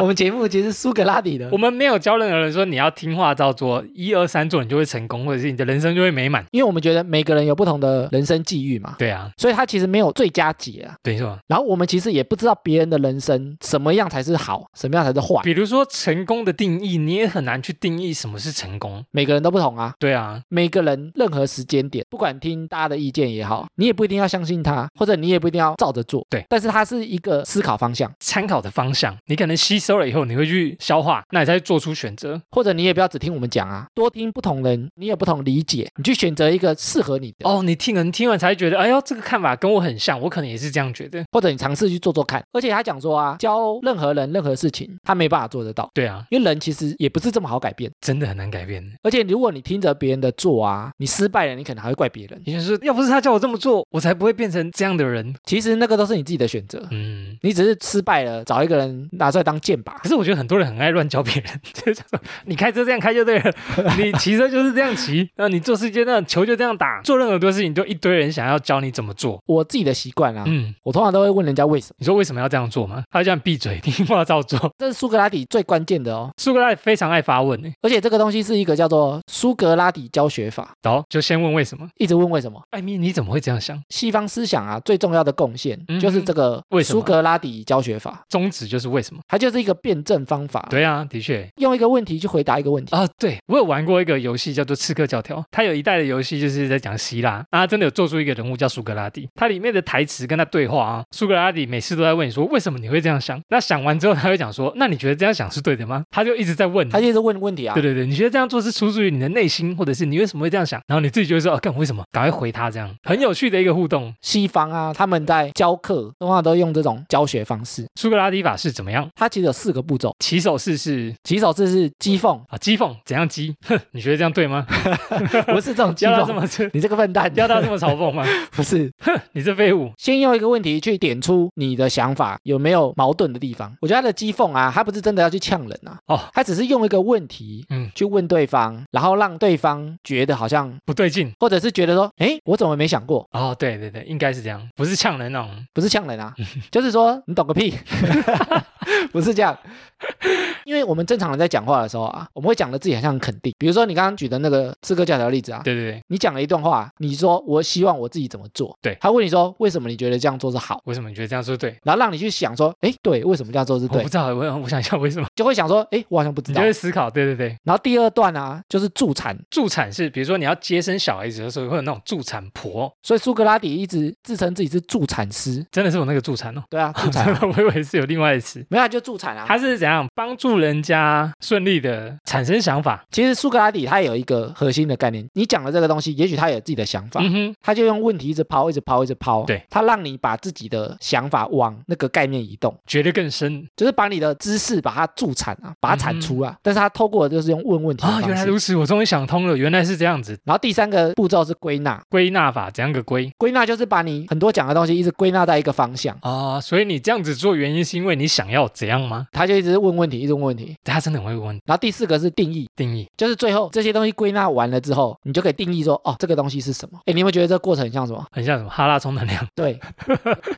[SPEAKER 2] 我们节目其实是苏格拉底的
[SPEAKER 1] 我，们没有教任何人说你要听话照做，一二三做你就会成功，或者是你的人生就会美满。
[SPEAKER 2] 因为我们觉得每个人有不同的人生际遇嘛，
[SPEAKER 1] 对啊，
[SPEAKER 2] 所以他其实没有最佳解啊。
[SPEAKER 1] 等于说，
[SPEAKER 2] 然后我们其实也不知道别人的人生什么样才是好，什么样才是坏，
[SPEAKER 1] 比如说成功的定义，你也很难去定义什么是成功。
[SPEAKER 2] 每个人都不同啊。
[SPEAKER 1] 对啊，
[SPEAKER 2] 每个人任何时间点，不管听大家的意见也好，你也不一定要相信他，或者你也不一定要照着做。
[SPEAKER 1] 对，
[SPEAKER 2] 但是它是一个思考方向，
[SPEAKER 1] 参考的方向，你可能吸收了以后，你会去消化，那你再做出选择。
[SPEAKER 2] 或者你也不要只听我们讲啊，多听不同人，你有不同理解，你去选择一个适合你的，
[SPEAKER 1] 哦，你听人听完才会觉得，哎呦，这个看法跟我很像，我可能也是这样觉得。
[SPEAKER 2] 或者你尝试去做做看。而且他讲说啊，教任何人任何事情，他没办法做得到。
[SPEAKER 1] 对啊，
[SPEAKER 2] 因为人其实也不是这么好改变，
[SPEAKER 1] 真的很难改变。
[SPEAKER 2] 而且如果你听着别人的做啊，你失败了，你可能还会怪别人。
[SPEAKER 1] 也就是说，要不是他叫我这么做，我才不会变成这样的人。
[SPEAKER 2] 其实那个都是你自己的选择，
[SPEAKER 1] 嗯，
[SPEAKER 2] 你只是失败了，找一个人拿出来当箭靶
[SPEAKER 1] 可。是我觉得很多人很爱乱教别人， 就是想说你开车这样开就对了， 你骑车就是这样骑， 然后你做事就那样，球就这样打，做任何多事情就一堆人想要教你怎么做。
[SPEAKER 2] 我自己的习惯啊，
[SPEAKER 1] 嗯，
[SPEAKER 2] 我通常都会问人家为什么。
[SPEAKER 1] 你说为什么要这样做吗？他就这样闭嘴，听话照做。
[SPEAKER 2] 这是苏格拉底里最关键的哦，
[SPEAKER 1] 苏格拉底非常爱发问欸诶，
[SPEAKER 2] 而且这个东西是一个叫做苏格拉底教学法，
[SPEAKER 1] 好，就先问为什么。
[SPEAKER 2] 一直问为什么。
[SPEAKER 1] 艾米，你怎么会这样想？
[SPEAKER 2] 西方思想啊，最重要的贡献
[SPEAKER 1] 嗯
[SPEAKER 2] 就是这个
[SPEAKER 1] 为什么
[SPEAKER 2] 苏格拉底教学法，
[SPEAKER 1] 宗旨就是为什么？
[SPEAKER 2] 它就是一个辩证方法，
[SPEAKER 1] 对啊，的确
[SPEAKER 2] 用一个问题去回答一个问题。
[SPEAKER 1] 啊，对我有玩过一个游戏叫做《刺客教条》，它有一代的游戏就是在讲希腊，啊，真的有做出一个人物叫苏格拉底，它里面的台词跟他对话啊，苏格拉底每次都在问你说为什么你会这样想，那想完之后他会讲说，那你觉得这样想是对的吗？他就一直在问你
[SPEAKER 2] 他。就是问问题啊
[SPEAKER 1] 对，对对，你觉得这样做是出自于你的内心，或者是你为什么会这样想？然后你自己就会说，哦、干为什么？赶快回他，这样很有趣的一个互动。
[SPEAKER 2] 西方啊，他们在教课通常都用这种教学方式。
[SPEAKER 1] 苏格拉底法是怎么样？
[SPEAKER 2] 它其实有四个步骤，
[SPEAKER 1] 起手式是
[SPEAKER 2] 起手式是讥 讽，
[SPEAKER 1] 啊，讥讽怎样讥？ 哼，你觉得这样对 吗？
[SPEAKER 2] 不是这种
[SPEAKER 1] 要
[SPEAKER 2] 讥
[SPEAKER 1] 到这
[SPEAKER 2] 讽，
[SPEAKER 1] 么 这，
[SPEAKER 2] 你这个笨蛋，
[SPEAKER 1] 要到这么嘲讽吗？
[SPEAKER 2] 不是。
[SPEAKER 1] 你这废物！
[SPEAKER 2] 先用一个问题去点出你的想法有没有矛盾的地方。我觉得他的讥讽啊，他不是真的要去呛人啊，
[SPEAKER 1] 哦，
[SPEAKER 2] 他只是用一个问题
[SPEAKER 1] 嗯，
[SPEAKER 2] 去问对方，然后让对方觉得好像，
[SPEAKER 1] 不对劲。
[SPEAKER 2] 或者是觉得说，哎，我怎么没想过？
[SPEAKER 1] 哦，对对对，应该是这样，不是呛人那种。
[SPEAKER 2] 不是呛人啊， 就是说你懂个屁， 不是这样。因为我们正常人在讲话的时候啊，我们会讲的自己好像很肯定。比如说你刚刚举的那个刺客教条的例子啊，
[SPEAKER 1] 对对对，
[SPEAKER 2] 你讲了一段话，你说我希望我自己怎么做，
[SPEAKER 1] 对
[SPEAKER 2] 他问你说为什么你觉得这样做是好，
[SPEAKER 1] 为什么你觉得这样说对？
[SPEAKER 2] 然后让你去想说，哎，对，为什么这样做是
[SPEAKER 1] 我
[SPEAKER 2] 对
[SPEAKER 1] 不，知道，我我想一下为什么。
[SPEAKER 2] 就会想说，哎，我好像不知
[SPEAKER 1] 你
[SPEAKER 2] 道
[SPEAKER 1] 就。会思考，对对对。
[SPEAKER 2] 然后第二段啊，就是助产，
[SPEAKER 1] 助产是，比如说你要接生小孩子的时候，会有那种助产婆，
[SPEAKER 2] 所以苏格拉底一直自称自己是助产师，
[SPEAKER 1] 真的是我那个助产哦。
[SPEAKER 2] 对啊，助产啊、
[SPEAKER 1] 我以为是有另外的词。
[SPEAKER 2] 没有啊就助产啊。
[SPEAKER 1] 他是怎样帮助人家顺利的产生想法？
[SPEAKER 2] 其实苏格拉底他有一个核心的概念，你讲的这个东西，也许他有自己的想法，
[SPEAKER 1] 嗯哼，
[SPEAKER 2] 他就用问题一直抛，一直抛，一直抛，
[SPEAKER 1] 对，
[SPEAKER 2] 他让你把自己的想法往那个概念移动，
[SPEAKER 1] 觉得更深
[SPEAKER 2] 就是把你的知识把它助产啊，把它产出啊，但是他透过的就是用问问题的
[SPEAKER 1] 嗯啊、原
[SPEAKER 2] 方
[SPEAKER 1] 来
[SPEAKER 2] 式。
[SPEAKER 1] 如此，我终于想通了，原来是这样子。
[SPEAKER 2] 然后第三个步骤是归纳，
[SPEAKER 1] 归纳法怎样个归
[SPEAKER 2] 归纳就是把你很多讲的东西一直归纳在一个方向，
[SPEAKER 1] 啊、所以你这样子做原因是因为你想要怎样吗？
[SPEAKER 2] 他就一直问问题，一直问问题。
[SPEAKER 1] 他真的很会问
[SPEAKER 2] 然后第四个是定义，
[SPEAKER 1] 定义，
[SPEAKER 2] 就是最后这些东西归纳完了之后，你就可以定义说，哦，这个东西是什么？哎，你有没有觉得这个过程很像什么？
[SPEAKER 1] 很像什么哈拉充能量，
[SPEAKER 2] 对，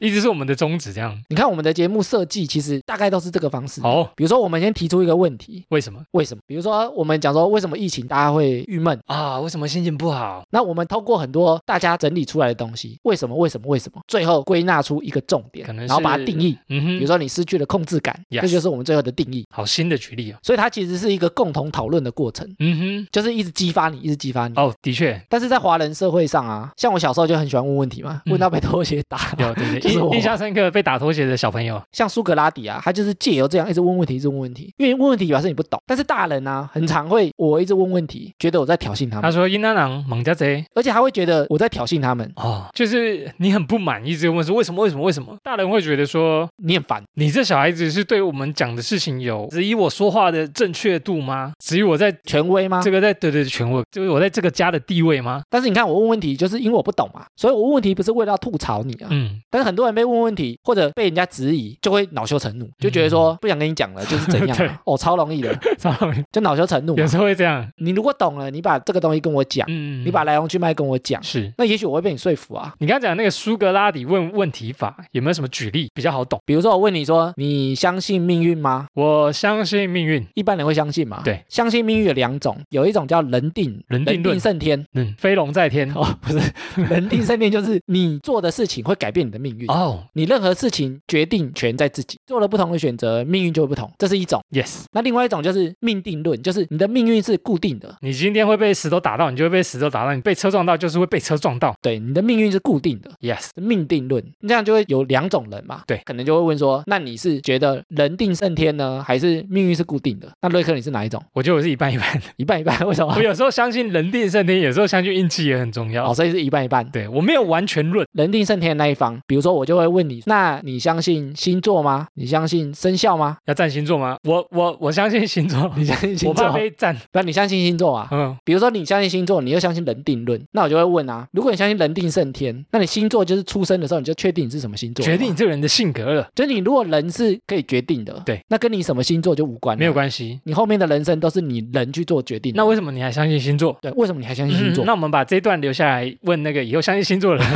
[SPEAKER 1] 一直是我们的宗旨这样。
[SPEAKER 2] 你看我们的节目设计其实大概都是这个方式。
[SPEAKER 1] 好、
[SPEAKER 2] 比如说我们先提出一个问题，
[SPEAKER 1] 为什么
[SPEAKER 2] 为什么？比如说我们讲说为什么疫情大家会郁闷，
[SPEAKER 1] 啊？为什么心情不好？
[SPEAKER 2] 那我们通过很多大家整理出来的东西，为什么？为什么？为什么？最后归纳出一个重点，
[SPEAKER 1] 可能是
[SPEAKER 2] 然后把它定义。比
[SPEAKER 1] 嗯
[SPEAKER 2] 如
[SPEAKER 1] 哼，
[SPEAKER 2] 说你失去了控制感
[SPEAKER 1] Yes
[SPEAKER 2] 这就是我们最后的定义。
[SPEAKER 1] 好新的举例哦。
[SPEAKER 2] 所以它其实是一个共同讨论的过程，
[SPEAKER 1] 嗯
[SPEAKER 2] 就是一直激发你，一直激发你。
[SPEAKER 1] 哼，哦，的确
[SPEAKER 2] 但是在华人社会上啊，像我小时候就很喜欢问问题嘛，
[SPEAKER 1] 嗯
[SPEAKER 2] 问到被拖鞋打。
[SPEAKER 1] 有，对
[SPEAKER 2] 就
[SPEAKER 1] 对，
[SPEAKER 2] 是我
[SPEAKER 1] 印印象深刻被打拖鞋的小朋友，
[SPEAKER 2] 像苏格拉底啊，他就是借由这样一直问问题，一直问问题，因为问问题表示你不懂。但是大人啊，很常会我一直问问题，觉得我在挑衅他们
[SPEAKER 1] 他，说：“英当郎猛家贼
[SPEAKER 2] 而且还会觉得我在挑衅他们，
[SPEAKER 1] 哦，就是你很不满，一直问说为什么为什么为什么？大人会觉得说
[SPEAKER 2] 你很烦。
[SPEAKER 1] 你这小孩子是对我们讲的事情有质疑我说话的正确度吗？质疑我在
[SPEAKER 2] 权威吗？
[SPEAKER 1] 这个在对对权威，就是我在这个家的地位吗？
[SPEAKER 2] 但是你看，我问问题就是因为我不懂嘛，所以我问问题不是为了要吐槽你啊。
[SPEAKER 1] 嗯，
[SPEAKER 2] 但是很多人被问问题或者被人家质疑，就会恼羞成怒，就觉得说不想跟你讲了，就是怎样
[SPEAKER 1] 嗯 对
[SPEAKER 2] 啊、哦，超容易的，
[SPEAKER 1] 张浩明
[SPEAKER 2] 就恼羞成怒嘛。
[SPEAKER 1] 有时候会这样，
[SPEAKER 2] 你如果懂了，你把这个东西跟我讲，
[SPEAKER 1] 嗯，
[SPEAKER 2] 你把来龙去脉跟我讲，
[SPEAKER 1] 是。”
[SPEAKER 2] 那也许我会被你说服啊。
[SPEAKER 1] 你刚刚讲那个苏格拉底问问题法有没有什么举例比较好懂？
[SPEAKER 2] 比如说我问你说，你相信命运吗？
[SPEAKER 1] 我相信命运，
[SPEAKER 2] 一般人会相信嘛？
[SPEAKER 1] 对，
[SPEAKER 2] 相信命运有两种，有一种叫人定，
[SPEAKER 1] 人定论
[SPEAKER 2] 胜天。
[SPEAKER 1] 嗯，飞龙在天。
[SPEAKER 2] 哦，不是， 人定胜天就是你做的事情会改变你的命运。
[SPEAKER 1] 哦
[SPEAKER 2] 你任何事情决定权在自己，做了不同的选择，命运就会不同，这是一种。
[SPEAKER 1] ，yes，
[SPEAKER 2] 那另外一种就是命定论，就是你的命运是固定的，
[SPEAKER 1] 你今天会被石头打到，你就会被石头打到；你被车撞到，就是会被车撞到。
[SPEAKER 2] 对，你的命运是固定的，
[SPEAKER 1] yes，
[SPEAKER 2] 是命定论。这样就会有两种人嘛，
[SPEAKER 1] 对
[SPEAKER 2] 可能就会问说，那你是觉得人定胜天呢，还是命运是固定的？那瑞克你是哪一种？
[SPEAKER 1] 我觉得我是一半一半的。
[SPEAKER 2] 一半一半， 为什么
[SPEAKER 1] 我？有时候相信人定胜天，有时候相信运气也很重要。
[SPEAKER 2] 哦哦，所以是一半一半。
[SPEAKER 1] 对我没有完全论，
[SPEAKER 2] 人定胜天的那一方，比如说我就会问你，那你相信星座吗？你相信生肖吗？
[SPEAKER 1] 要占星座吗？我我我相信星座，
[SPEAKER 2] 你相信
[SPEAKER 1] 我
[SPEAKER 2] 星座
[SPEAKER 1] 怕
[SPEAKER 2] 吗？
[SPEAKER 1] 被占。
[SPEAKER 2] 不然你相信星座啊？
[SPEAKER 1] 嗯，
[SPEAKER 2] 比如说你相信星座，你又相信人定论，那我就会问啊，如果你相信人定胜天，那你星座就是出生的时候你就确定你是什么星座，
[SPEAKER 1] 决定你，这个人的性格了。
[SPEAKER 2] 就是你如果人是可以决定的，
[SPEAKER 1] 对，
[SPEAKER 2] 那跟你什么星座座就无关，
[SPEAKER 1] 没有。关系。
[SPEAKER 2] 你后面的人生都是你人去做决定的。
[SPEAKER 1] 那为什么你还相信星座？
[SPEAKER 2] 对，为什么你还嗯相信星座？
[SPEAKER 1] 嗯那我们把这一段留下来问那个以后相信星座的 人。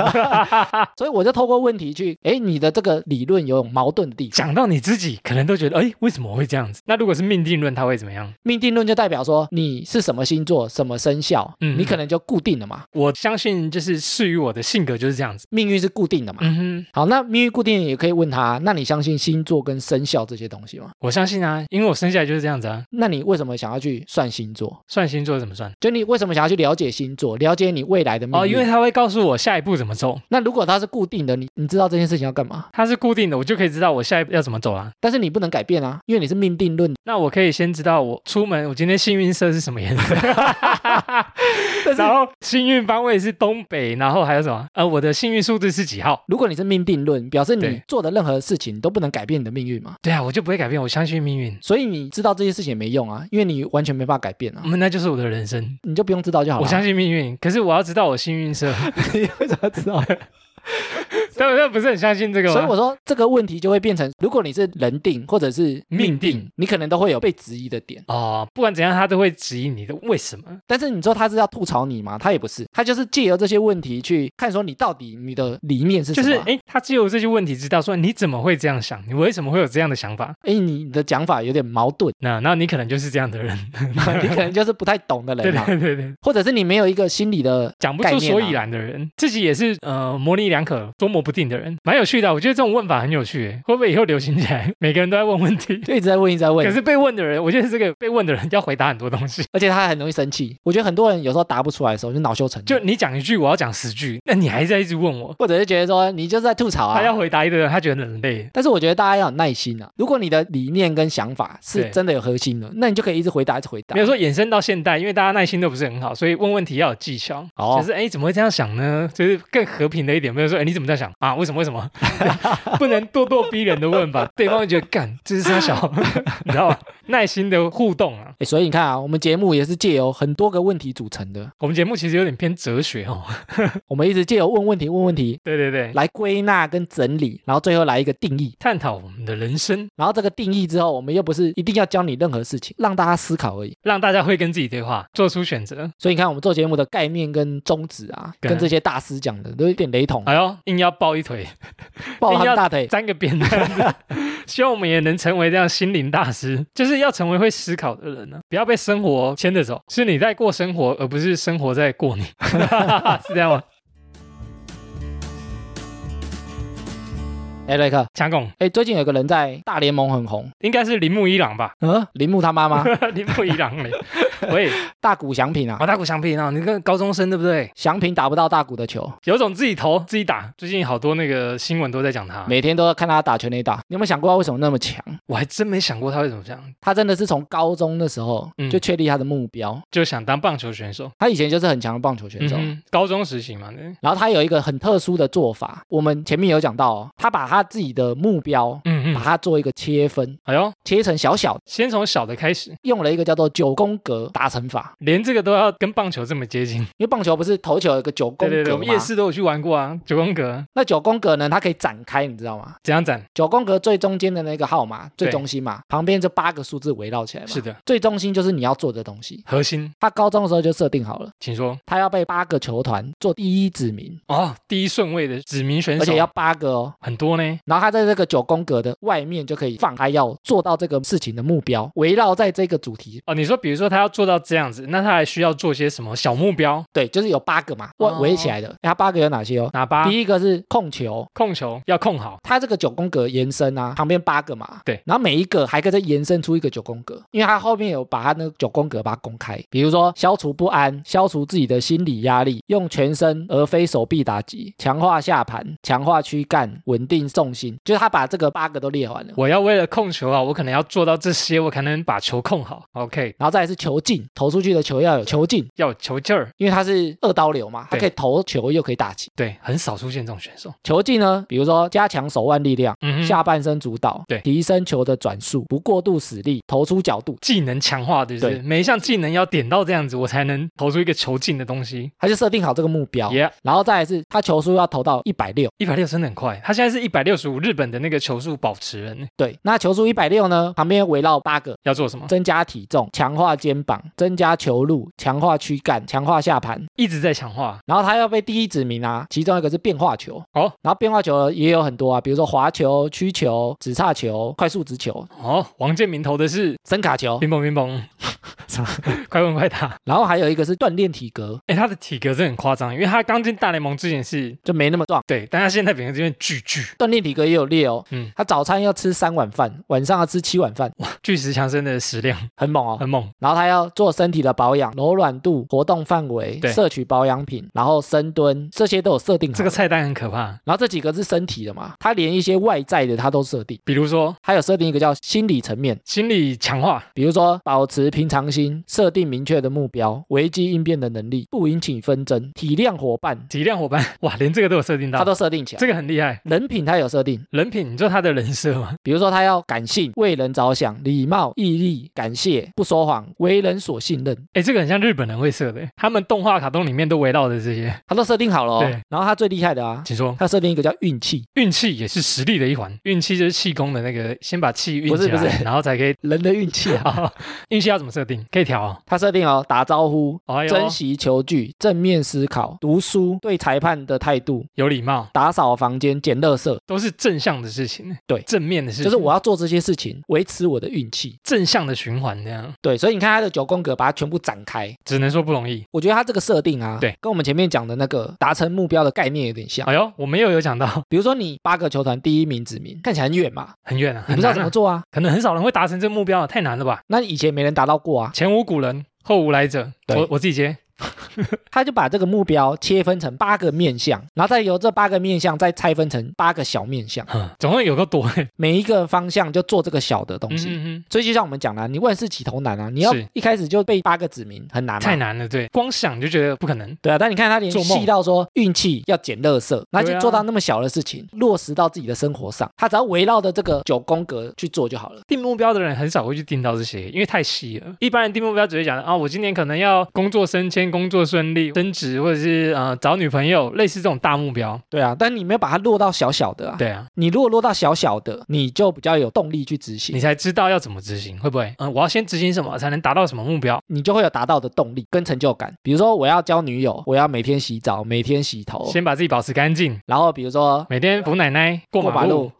[SPEAKER 2] 所以我就透过问题去，哎，你的这个理论有矛盾的地方。
[SPEAKER 1] 讲到你自己，可能都觉得，哎，为什么我会这样子？那如果是命定论，它会怎么样？
[SPEAKER 2] 命定论就代表说你是什么星座、什么生肖，
[SPEAKER 1] 嗯
[SPEAKER 2] 你可能就固定了嘛，
[SPEAKER 1] 我相信，就是适于我的性格就是这样子。
[SPEAKER 2] 命运是固定的嘛。
[SPEAKER 1] 嗯哼，
[SPEAKER 2] 好，那命运固定也可以问他，那你相信星座跟生肖这些东西吗？
[SPEAKER 1] 我相信啊，因为我生下来就是这样子啊。
[SPEAKER 2] 那你为什么想要去算星座？
[SPEAKER 1] 算星座怎么算？
[SPEAKER 2] 就你为什么想要去了解星座，了解你未来的命运？
[SPEAKER 1] 哦，因为它会告诉我下一步怎么走，
[SPEAKER 2] 那如果它是固定的，你你知道这件事情要干嘛，
[SPEAKER 1] 它是固定的，我就可以知道我下一步要怎么走啦、
[SPEAKER 2] 但是你不能改变啊，因为你是命 定论，
[SPEAKER 1] 那我可以先知道我出门，我今天幸运色是什么 颜色，
[SPEAKER 2] 但是
[SPEAKER 1] 然后幸运方位是东北，然后还有什么？呃，我的幸运数字是几号？
[SPEAKER 2] 如果你是命定论，表示你
[SPEAKER 1] 对
[SPEAKER 2] 做的任何事情都不能改变你的命运嘛。
[SPEAKER 1] 对啊，我就不会改变，我相信命运。
[SPEAKER 2] 所以你知道这些事情也没用啊，因为你完全没办法改变啊，
[SPEAKER 1] 嗯，那就是我的人生。
[SPEAKER 2] 你就不用知道就好了。
[SPEAKER 1] 我相信命运，可是我要知道我幸运色，
[SPEAKER 2] 信 你为什么要知道？
[SPEAKER 1] 但我但不是很相信这个吗？
[SPEAKER 2] 所以我说这个问题就会变成，如果你是人定或者是
[SPEAKER 1] 命定
[SPEAKER 2] 定，你可能都会有被质疑的点。
[SPEAKER 1] 哦，不管怎样，他都会质疑你的为什么。啊
[SPEAKER 2] 但是你说他是要吐槽你吗？他也不是，他就是借由这些问题去看说你到底你的理念是什
[SPEAKER 1] 就
[SPEAKER 2] 么。
[SPEAKER 1] 是哎，他只有这些问题知道说你怎么会这样想，你为什么会有这样的想法？
[SPEAKER 2] 哎，你你的讲法有点矛盾，
[SPEAKER 1] 那那你可能就是这样的人，
[SPEAKER 2] 你可能就是不太懂的
[SPEAKER 1] 对
[SPEAKER 2] 人嘛，
[SPEAKER 1] 对对对，
[SPEAKER 2] 或者是你没有一个心理的
[SPEAKER 1] 讲不
[SPEAKER 2] 概
[SPEAKER 1] 出
[SPEAKER 2] 念
[SPEAKER 1] 所
[SPEAKER 2] 啊
[SPEAKER 1] 以然的人，自己也是呃模棱两可、捉摸不定的人，蛮有趣的啊。我觉得这种问法很有趣耶，会不会以后流行起来？每个人都在问问题，
[SPEAKER 2] 就一直在问，一直在问
[SPEAKER 1] 可，是被问的人，我觉得这个被问的人要回答很多东西。
[SPEAKER 2] 而且他还很容易生气。我觉得很多人有时候答不出来的时候就恼羞成怒，
[SPEAKER 1] 就你讲一句，我要讲十句，那你还在一直问我，
[SPEAKER 2] 或者是觉得说你就是在吐槽
[SPEAKER 1] 他要
[SPEAKER 2] 啊。
[SPEAKER 1] 回答一堆人，他觉得很累。
[SPEAKER 2] 但是我觉得大家要有耐心啊。如果你的理念跟想法是
[SPEAKER 1] 对
[SPEAKER 2] 真的有核心的，那你就可以一直回答，一直回答。
[SPEAKER 1] 没有说衍生到现代，因为大家耐心都不是很好，所以问问题要有技巧。
[SPEAKER 2] 哦
[SPEAKER 1] 就是哎，怎么会这样想呢？就是更和平的一点，没有说哎你怎么这样想啊？为什么为什么？ 不能咄咄逼人的问吧，对方会觉得干这是他小， 你知道吗？耐心的互动啊。
[SPEAKER 2] 哎，所以你看啊，我们节目也是借由很多个问题组成的，
[SPEAKER 1] 我们节目其实有点偏哲学哦。
[SPEAKER 2] 我们一直借由问问题、问问题
[SPEAKER 1] 对对对，
[SPEAKER 2] 来归纳跟整理，然后最后来一个定义。
[SPEAKER 1] 探讨我们的人生，
[SPEAKER 2] 然后这个定义之后，我们又不是一定要教你任何事情，让大家思考而已。
[SPEAKER 1] 让大家会跟自己对话，做出选择。
[SPEAKER 2] 所以你看，我们做节目的概念跟宗旨啊，
[SPEAKER 1] 对
[SPEAKER 2] 跟这些大师讲的都有点雷同，
[SPEAKER 1] 哎呦，硬要抱一腿，
[SPEAKER 2] 抱他
[SPEAKER 1] 硬
[SPEAKER 2] 们
[SPEAKER 1] 要
[SPEAKER 2] 大腿。
[SPEAKER 1] 沾个边这样子。 希望我们也能成为这样心灵大师，就是要成为会思考的人呢、不要被生活牵着走，是你在过生活，而不是生活在过你， 是这样吗？
[SPEAKER 2] 哎，瑞克，
[SPEAKER 1] 强拱
[SPEAKER 2] 哎，最近有个人在大联盟很红，
[SPEAKER 1] 应该是铃木一朗吧？
[SPEAKER 2] 嗯，铃木他妈妈，
[SPEAKER 1] 铃木一朗 嘞，喂，
[SPEAKER 2] 大谷翔平啊
[SPEAKER 1] 马，大鼓相平啊，你跟高中生对不对？
[SPEAKER 2] 翔平打不到大谷的球，
[SPEAKER 1] 有种自己投自己打，最近好多那个新闻都在讲他，
[SPEAKER 2] 每天都要看他打全垒打。你有没有想过他为什么那么强？
[SPEAKER 1] 我还真没想过他会怎么这样，
[SPEAKER 2] 他真的是从高中的时候
[SPEAKER 1] 嗯
[SPEAKER 2] 就确立他的目标。
[SPEAKER 1] 就想当棒球选手，
[SPEAKER 2] 他以前就是很强的棒球选手，
[SPEAKER 1] 嗯哼高中时期嘛，嗯对
[SPEAKER 2] 然后他有一个很特殊的做法，我们前面有讲到、哦，他把他自己的目标，
[SPEAKER 1] 嗯
[SPEAKER 2] 把
[SPEAKER 1] 嗯，
[SPEAKER 2] 它做一个切分，
[SPEAKER 1] 哎呦，
[SPEAKER 2] 切成小小的，
[SPEAKER 1] 先从小的开始，
[SPEAKER 2] 用了一个叫做九宫格达成法，
[SPEAKER 1] 连这个都要跟棒球这么接近。
[SPEAKER 2] 因为棒球不是投球有一个九宫
[SPEAKER 1] 对对对，
[SPEAKER 2] 格
[SPEAKER 1] 我
[SPEAKER 2] 嘛，
[SPEAKER 1] 们夜市都有去玩过啊，九宫格
[SPEAKER 2] 那九宫格呢，它可以展开，你知道吗？
[SPEAKER 1] 怎样展？
[SPEAKER 2] 九宫格最中间的那个号码，最
[SPEAKER 1] 对
[SPEAKER 2] 中心嘛，旁边这八个数字围绕起来嘛，
[SPEAKER 1] 是的，
[SPEAKER 2] 最中心就是你要做的东西。
[SPEAKER 1] 核心，
[SPEAKER 2] 他高中的时候就设定好了，
[SPEAKER 1] 请说。
[SPEAKER 2] 他要被八个球团做第一指名，
[SPEAKER 1] 哦，第一顺位的指名选手，
[SPEAKER 2] 而且要八个哦。
[SPEAKER 1] 很多呢。
[SPEAKER 2] 然后他在这个九宫格的外面就可以放他要做到这个事情的目标，围绕在这个主题，
[SPEAKER 1] 哦，你说，比如说他要做到这样子，那他还需要做些什么小目标？
[SPEAKER 2] 对，就是有八个嘛，围
[SPEAKER 1] 哦
[SPEAKER 2] 围起来的。哎他八个有哪些哦？
[SPEAKER 1] 哪八？
[SPEAKER 2] 第一个是控球，
[SPEAKER 1] 控球要控好，
[SPEAKER 2] 它这个九宫格延伸啊，旁边八个嘛，
[SPEAKER 1] 对
[SPEAKER 2] 然后每一个还可以再延伸出一个九宫格，因为它后面有把它那个九宫格把它公开，比如说消除不安，消除自己的心理压力，用全身而非手臂打击，强化下盘，强化躯干，稳定重心，就是他把这个八个都列完了。
[SPEAKER 1] 我要为了控球啊，我可能要做到这些，我才能把球控好。OK，
[SPEAKER 2] 然后再来是球进，投出去的球要有球进，
[SPEAKER 1] 要有球劲儿。
[SPEAKER 2] 因为它是二刀流嘛，它
[SPEAKER 1] 对
[SPEAKER 2] 可以投球又可以打击。
[SPEAKER 1] 对，很少出现这种选手。
[SPEAKER 2] 球技呢，比如说加强手腕力量，
[SPEAKER 1] 嗯哼，
[SPEAKER 2] 下半身主导，
[SPEAKER 1] 对
[SPEAKER 2] 提升球的转速，不过度使力，投出角度，
[SPEAKER 1] 技能强化，对不对？
[SPEAKER 2] 对
[SPEAKER 1] 每一项技能要点到这样子，我才能投出一个球进的东西。
[SPEAKER 2] 他就设定好这个目标。
[SPEAKER 1] Yeah
[SPEAKER 2] 然后再来是他球速要投到一百六，
[SPEAKER 1] 一百六真的很快，他现在是一百六十五，日本的那个球速保持人，
[SPEAKER 2] 对，那球速一百六呢，旁边围绕八个，
[SPEAKER 1] 要做什么？
[SPEAKER 2] 增加体重、强化肩膀、增加球路、强化躯干、强化下盘。
[SPEAKER 1] 一直在强化。
[SPEAKER 2] 然后他要被第一指名啊，其中一个是变化球。
[SPEAKER 1] 哦
[SPEAKER 2] 然后变化球也有很多啊，比如说滑球、曲球、直叉球、快速直球、
[SPEAKER 1] 哦，王建民投的是
[SPEAKER 2] 伸 卡球，
[SPEAKER 1] 乒乓乒乓，
[SPEAKER 2] 什么？
[SPEAKER 1] 快问快答。
[SPEAKER 2] 然后还有一个是锻炼体格，
[SPEAKER 1] 哎，他的体格真的很夸张，因为他刚进大联盟之前是
[SPEAKER 2] 就没那么壮。
[SPEAKER 1] 对，但他现在变成这边巨巨
[SPEAKER 2] 锻炼体格也有列哦，
[SPEAKER 1] 嗯
[SPEAKER 2] 他早餐要吃三碗饭，晚上要吃七碗饭，
[SPEAKER 1] 巨石强森的食量
[SPEAKER 2] 很猛哦。
[SPEAKER 1] 很猛。
[SPEAKER 2] 然后他要做身体的保养，柔软度、活动范围
[SPEAKER 1] 对、
[SPEAKER 2] 摄取保养品，然后深蹲，这些都有设定好
[SPEAKER 1] 这个
[SPEAKER 2] 的
[SPEAKER 1] 菜单很可怕，
[SPEAKER 2] 然后这几个是身体的嘛，他连一些外在的他都设定，
[SPEAKER 1] 比如说
[SPEAKER 2] 他有设定一个叫心理层面，
[SPEAKER 1] 心理强化，
[SPEAKER 2] 比如说保持平常心，设定明确的目标，危机应变的能力，不引起纷争，体谅伙伴，
[SPEAKER 1] 体谅伙伴， 哇，连这个都有设定
[SPEAKER 2] 他
[SPEAKER 1] 到，
[SPEAKER 2] 都设定起来。
[SPEAKER 1] 这个很厉害。
[SPEAKER 2] 人品他有设定，
[SPEAKER 1] 人品，你知道他的人设 吗？
[SPEAKER 2] 比如说他要感性、为人着想、礼貌、毅力、感谢、不说谎、为人所信任，
[SPEAKER 1] 哎，这个很像日本人会设的，他们动画卡通里面都围绕着这些。
[SPEAKER 2] 他都设定好了、哦
[SPEAKER 1] 对。
[SPEAKER 2] 然后他最厉害的啊，
[SPEAKER 1] 请说，
[SPEAKER 2] 他设定一个叫运气，
[SPEAKER 1] 运气也是实力的一环，运气就是气功的那个，先把气运
[SPEAKER 2] 不
[SPEAKER 1] 起
[SPEAKER 2] 是
[SPEAKER 1] 来，
[SPEAKER 2] 不是
[SPEAKER 1] 然后才可 以。
[SPEAKER 2] 人的运气啊。
[SPEAKER 1] 好，运气要怎么设定？可以调哦。
[SPEAKER 2] 他设定哦，打招呼、
[SPEAKER 1] 哎呦
[SPEAKER 2] 珍惜球具、正面思考、读书、对裁判的态度、
[SPEAKER 1] 有礼貌，
[SPEAKER 2] 打扫房间、捡垃圾，
[SPEAKER 1] 都是正向的事情，
[SPEAKER 2] 对
[SPEAKER 1] 正面的事情，
[SPEAKER 2] 就是我要做这些事情，维持我的运气。
[SPEAKER 1] 正向的循环这样，
[SPEAKER 2] 对，所以你看他的九宫格，把它全部展开，
[SPEAKER 1] 只能说不容易。
[SPEAKER 2] 我觉得他这个设定啊，
[SPEAKER 1] 对，
[SPEAKER 2] 跟我们前面讲的那个达成目标的概念有点像。
[SPEAKER 1] 哎呦，我们又有讲到，
[SPEAKER 2] 比如说你八个球团第一名指名，看起来很远嘛，
[SPEAKER 1] 很远啊，
[SPEAKER 2] 你
[SPEAKER 1] 很
[SPEAKER 2] 不知道
[SPEAKER 1] 难
[SPEAKER 2] 怎
[SPEAKER 1] 啊
[SPEAKER 2] 么，做啊，
[SPEAKER 1] 可能很少人会达成这目标啊，太难了吧？
[SPEAKER 2] 那以前没人达到过啊，
[SPEAKER 1] 前无古人，后无来者，
[SPEAKER 2] 对
[SPEAKER 1] 我我自己接，
[SPEAKER 2] 他就把这个目标切分成八个面向，然后再由这八个面向再拆分成八个小面向，
[SPEAKER 1] 哼总共有个多嘿
[SPEAKER 2] 每一个方向就做这个小的 东
[SPEAKER 1] 嗯
[SPEAKER 2] 西。
[SPEAKER 1] 嗯嗯，
[SPEAKER 2] 所以就像我们讲的啊，你万事起头难啊，你要
[SPEAKER 1] 是
[SPEAKER 2] 一开始就被八个指名很难嘛，
[SPEAKER 1] 太难了，对，光想就觉得不可能，
[SPEAKER 2] 对啊，但你看他连
[SPEAKER 1] 做梦
[SPEAKER 2] 细到说运气要捡垃圾，那
[SPEAKER 1] 对
[SPEAKER 2] 就
[SPEAKER 1] 啊
[SPEAKER 2] 做到那么小的事情，落实到自己的生活上，他只要围绕着这个九宫格去做就好了。
[SPEAKER 1] 定目标的人很少会去定到这些，因为太细了。一般人定目标只会讲啊，我今年可能要工作升迁、工作顺利、升职，或者是呃找女朋友，类似这种大目标。
[SPEAKER 2] 对啊，但你没有把它落到小小的啊。
[SPEAKER 1] 对啊，
[SPEAKER 2] 你如果落到小小的，你就比较有动力去执
[SPEAKER 1] 你
[SPEAKER 2] 行，
[SPEAKER 1] 才知道要怎么执行，会不会？嗯、我要先执行什么才能达到什么目标？
[SPEAKER 2] 你就会有达到的动力跟成就感。比如说，我要交女友，我要每天洗澡，每天洗头，
[SPEAKER 1] 先把自己保持干净，
[SPEAKER 2] 然后比如说
[SPEAKER 1] 每天扶奶奶过马路，，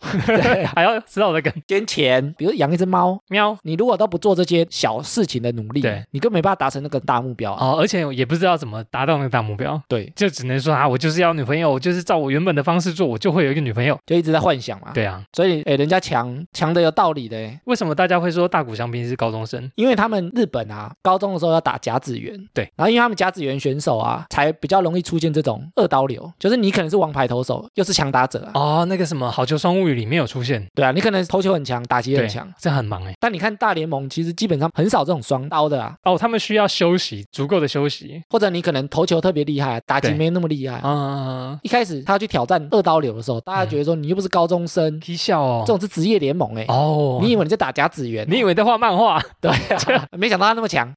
[SPEAKER 2] 对啊，
[SPEAKER 1] 还要知道我的梗
[SPEAKER 2] 捐钱，比如养一只猫。
[SPEAKER 1] 喵。
[SPEAKER 2] 你如果都不做这些小事情的努力
[SPEAKER 1] 对，
[SPEAKER 2] 你根本没办法达成那个大目标啊。
[SPEAKER 1] 哦，而且也不知道怎么达到那个大目标，
[SPEAKER 2] 对，
[SPEAKER 1] 就只能说啊，我就是要女朋友，我就是照我原本的方式做，我就会有一个女朋友。
[SPEAKER 2] 就一直在幻想嘛。
[SPEAKER 1] 对啊，
[SPEAKER 2] 所以，欸诶，人家强强的有道理的诶，
[SPEAKER 1] 为什么大家会说大谷翔平是高中生？
[SPEAKER 2] 因为他们日本啊，高中的时候要打甲子园，
[SPEAKER 1] 对，
[SPEAKER 2] 然后因为他们甲子园选手啊，才比较容易出现这种二刀流，就是你可能是王牌投手，又是强打者啊，
[SPEAKER 1] 哦，那个什么《好球双物语》里面有出现，
[SPEAKER 2] 对啊，你可能投球很强，打击也
[SPEAKER 1] 对
[SPEAKER 2] 很强，，
[SPEAKER 1] 这很忙哎。
[SPEAKER 2] 但你看大联盟其实基本上很少这种双刀的啊，
[SPEAKER 1] 哦，他们需要休息，足够的休息。
[SPEAKER 2] 或者你可能投球特别厉害，啊打击
[SPEAKER 1] 对
[SPEAKER 2] 没那么厉害啊。
[SPEAKER 1] 啊，
[SPEAKER 2] 一开始他要去挑战二刀流的时候，大家觉得说你又不是高中生，
[SPEAKER 1] 踢笑哦
[SPEAKER 2] 这。种是职业联盟欸诶。
[SPEAKER 1] 哦，
[SPEAKER 2] 你以为你在打甲子园哦？
[SPEAKER 1] 你以为在画漫画，
[SPEAKER 2] 对啊，没想到他那么强。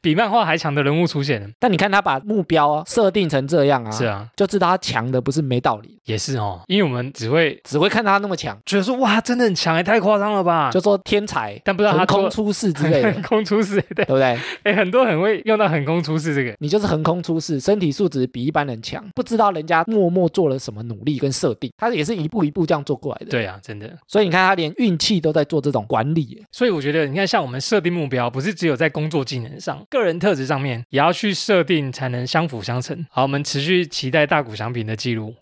[SPEAKER 1] 比漫画还强的人物出现了？
[SPEAKER 2] 但你看他把目标啊设定成这样啊，
[SPEAKER 1] 是啊，
[SPEAKER 2] 就知道他强的不是没道理，
[SPEAKER 1] 也是哦，因为我们只会
[SPEAKER 2] 只会看他那么强，
[SPEAKER 1] 觉得说哇，真的很强哎，太夸张了吧？
[SPEAKER 2] 就说天才、
[SPEAKER 1] 但不知道他
[SPEAKER 2] 横空
[SPEAKER 1] 做
[SPEAKER 2] 出世之类
[SPEAKER 1] 横
[SPEAKER 2] 的，对
[SPEAKER 1] 空出世，对，
[SPEAKER 2] 不对？
[SPEAKER 1] 哎，很多很会用到横空出世这个。
[SPEAKER 2] 你就是横空出世，身体素质比一般人强，不知道人家默默做了什么努力跟设定，他也是一步一步这样做过来的。，
[SPEAKER 1] 对啊，真的。
[SPEAKER 2] 所以你看他连运气都在做这种管理耶，
[SPEAKER 1] 所以我觉得，你看，像我们设定目标，不是只有在工作技能上、个人特质上面，也要去设定，才能相辅相成。好，我们持续期待大谷翔平的记录。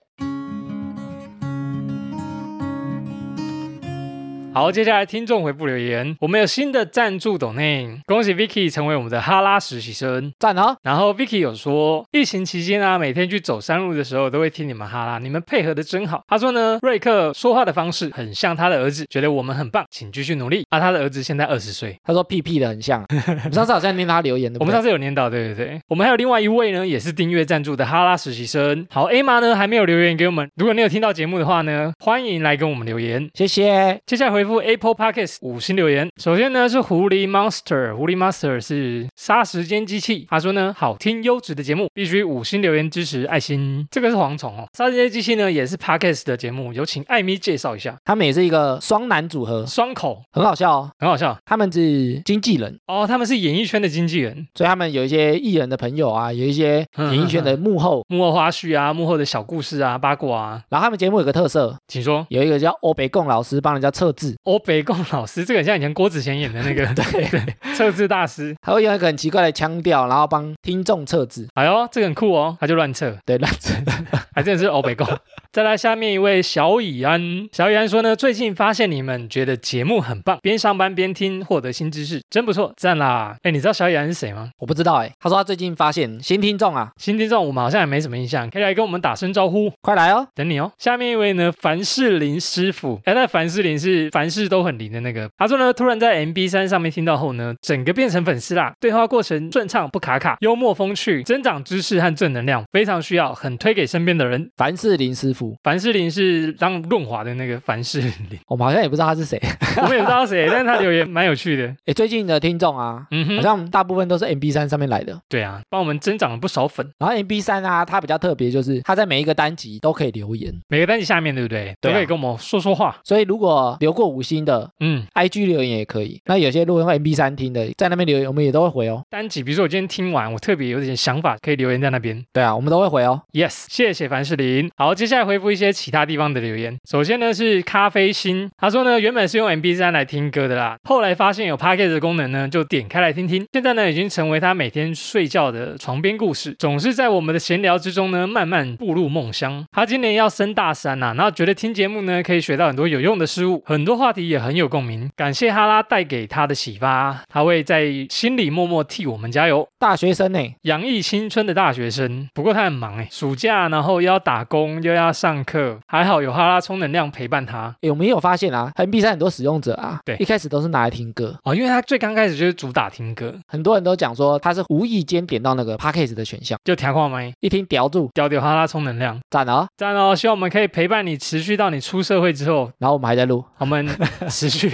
[SPEAKER 1] 好，接下来听众回复留言，我们有新的赞助抖内，恭喜 Vicky 成为我们的哈拉实习生。
[SPEAKER 2] 赞哦！
[SPEAKER 1] 然后 Vicky 有说，疫情期间啊，每天去走山路的时候都会听你们哈拉，你们配合的真好。他说呢，瑞克说话的方式很像他的儿子，觉得我们很棒，请继续努力。啊，他的儿子现在二十岁。
[SPEAKER 2] 他说屁屁的 很像，我们上次好像念他留言的，
[SPEAKER 1] 我们上次有念到，对对对。我们还有另外一位呢，也是订阅赞助的哈拉实习生。好，A 妈呢还没有留言给我们，如果你有听到节目的话呢，欢迎来跟我们留言。
[SPEAKER 2] 谢谢。
[SPEAKER 1] 接下来回回复 Apple Podcast 五星留言。首先呢是狐狸 Monster，狐狸 Monster 是杀时间机器，他说呢好听优质的节目，必须五星留言支持，爱心。这个是蝗虫哦，杀时间机器呢也是 Podcast 的节目，有请艾米介绍一下。
[SPEAKER 2] 他们也是一个双男组合，
[SPEAKER 1] 双口
[SPEAKER 2] 很好笑哦。
[SPEAKER 1] 很好笑
[SPEAKER 2] 他们是经纪人，
[SPEAKER 1] 哦，他们是演艺圈的经纪人，
[SPEAKER 2] 所以他们有一些艺人的朋友啊，有一些演艺圈的幕后。
[SPEAKER 1] 幕后花絮啊，幕后的小故事啊，八卦啊，
[SPEAKER 2] 然后他们节目有个特色，
[SPEAKER 1] 请说。
[SPEAKER 2] 有一个叫欧北贡老师帮人家测字，
[SPEAKER 1] 欧北贡老师，这个很像以前郭子乾演的那个对对测字大师。
[SPEAKER 2] 他会用一个很奇怪的腔调，然后帮听众测字。
[SPEAKER 1] 哎呦，这个很酷哦，他就乱测，
[SPEAKER 2] 对，乱测。
[SPEAKER 1] 还啊真的是欧北贡。再来，下面一位小以安，小以安说呢，最近发现你们觉得节目很棒，边上班边听，获得新知识，真不错，赞啦！哎，你知道小以安是谁吗？
[SPEAKER 2] 我不知道哎、他说他最近发现新听众啊，
[SPEAKER 1] 新听众我们好像也没什么印象，可以来跟我们打声招呼，
[SPEAKER 2] 快来哦。
[SPEAKER 1] 等你哦。下面一位呢，凡士林师傅，哎，那凡士林是凡事都很灵的那个。他说呢，突然在 MB 三上面听到后呢，整个变成粉丝啦，对话过程顺畅不卡卡，幽默风趣，增长知识和正能量，非常需要，很推给身边的人。
[SPEAKER 2] 凡士林师傅，
[SPEAKER 1] 凡士林是当润滑的那个凡士林，
[SPEAKER 2] 我们好像也不知道他是谁。
[SPEAKER 1] 我们也不知道他谁，但是他留言蛮有趣的。
[SPEAKER 2] 哎，最近的听众啊，
[SPEAKER 1] 嗯
[SPEAKER 2] 好
[SPEAKER 1] 哼，
[SPEAKER 2] 像大部分都是 MB 三上面来的。
[SPEAKER 1] 对啊，帮我们增长了不少粉，
[SPEAKER 2] 然后 MB 三啊，它比较特别，就是它在每一个单集都可以留言，
[SPEAKER 1] 每个单集下面对不对？
[SPEAKER 2] 对
[SPEAKER 1] 都
[SPEAKER 2] 啊
[SPEAKER 1] 可以跟我们说说话。
[SPEAKER 2] 所以如果留过五星的
[SPEAKER 1] 嗯，
[SPEAKER 2] IG 留言也可以。那有些如果用 MB 三听的，在那边留言，我们也都会回哦。
[SPEAKER 1] 单集，比如说我今天听完，我特别有点想法，可以留言在那边。
[SPEAKER 2] 对啊，我们都会回哦。
[SPEAKER 1] Yes，谢谢凡士林。好，接下来回复一些其他地方的留言。首先呢是咖啡心，他说呢原本是用 MB 三来听歌的啦，后来发现有 p a c k a g e 的功能呢，就点开来听听。现在呢已经成为他每天睡觉的床边故事，总是在我们的闲聊之中呢慢慢步入梦乡。他今年要升大三呐、然后觉得听节目呢可以学到很多有用的事物，很多话题也很有共鸣。感谢哈拉带给他的启发，他会在心里默默替我们加油。
[SPEAKER 2] 大学生呢、
[SPEAKER 1] 洋溢青春的大学生，不过他很忙哎，暑假然后又要打工又要上课，还好有哈拉充能量陪伴他
[SPEAKER 2] 诶我们也有发现啊，MB 三很多使用者啊，
[SPEAKER 1] 对
[SPEAKER 2] 一开始都是拿来听歌，
[SPEAKER 1] 哦，因为他最刚开始就是主打听歌，
[SPEAKER 2] 很多人都讲说他是无意间点到那个 p a c k a g e 的选项，
[SPEAKER 1] 就调话麦，
[SPEAKER 2] 一听叼住，
[SPEAKER 1] 调调哈拉充能量，
[SPEAKER 2] 赞啊、哦！
[SPEAKER 1] 赞哦！希望我们可以陪伴你持续到你出社会之后，
[SPEAKER 2] 然后我们还在录，
[SPEAKER 1] 我们持续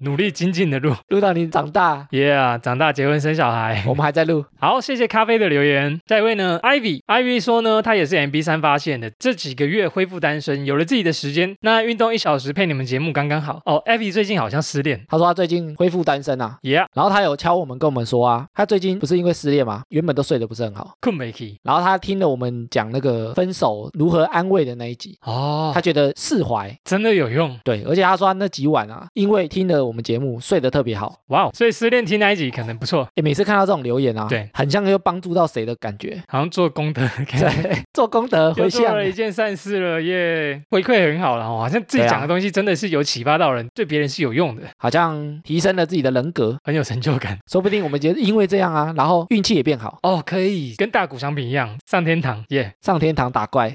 [SPEAKER 1] 努力精进的路
[SPEAKER 2] 录到你长 大，
[SPEAKER 1] ，Yeah，长大结婚生小孩。
[SPEAKER 2] 我们还在录。
[SPEAKER 1] 好，谢谢咖啡的留言。下一位呢，Ivy，Ivy 说呢，她也是 MB 三发现的，这几个月恢复单身，有了自己的时间，那运动一小时配你们节目刚刚好。哦，Ivy 最近好像失恋。
[SPEAKER 2] 他说他最近恢复单身啊，
[SPEAKER 1] Yeah，
[SPEAKER 2] 然后他有敲我们跟我们说啊，他最近不是因为失恋嘛，原本都睡得不是很好，
[SPEAKER 1] 困没起。
[SPEAKER 2] 然后他听了我们讲那个分手如何安慰的那一集，
[SPEAKER 1] 哦，
[SPEAKER 2] 他觉得释怀。
[SPEAKER 1] 真的有用，
[SPEAKER 2] 对，而且他说他那几晚啊，因为听了我们节目睡得特别好。
[SPEAKER 1] 哇哦！所以失恋听那一集可能不错，
[SPEAKER 2] 欸诶每次看到这种留言啊，
[SPEAKER 1] 对，
[SPEAKER 2] 很像又帮助到谁的 感觉。
[SPEAKER 1] 好像做功德，
[SPEAKER 2] 对，做功德
[SPEAKER 1] 又
[SPEAKER 2] 回
[SPEAKER 1] 做
[SPEAKER 2] 向。
[SPEAKER 1] 了一件善事了耶，回馈很好了哦，好像自己
[SPEAKER 2] 对啊
[SPEAKER 1] 讲的东西真的是有启发到人，对别人是有用的，
[SPEAKER 2] 好像提升了自己的人格，
[SPEAKER 1] 很有成就感
[SPEAKER 2] 说不定我们觉得因为这样啊，然后运气也变好，
[SPEAKER 1] 啊哦，可以跟大谷相比一样上天堂耶。
[SPEAKER 2] 上天堂打怪。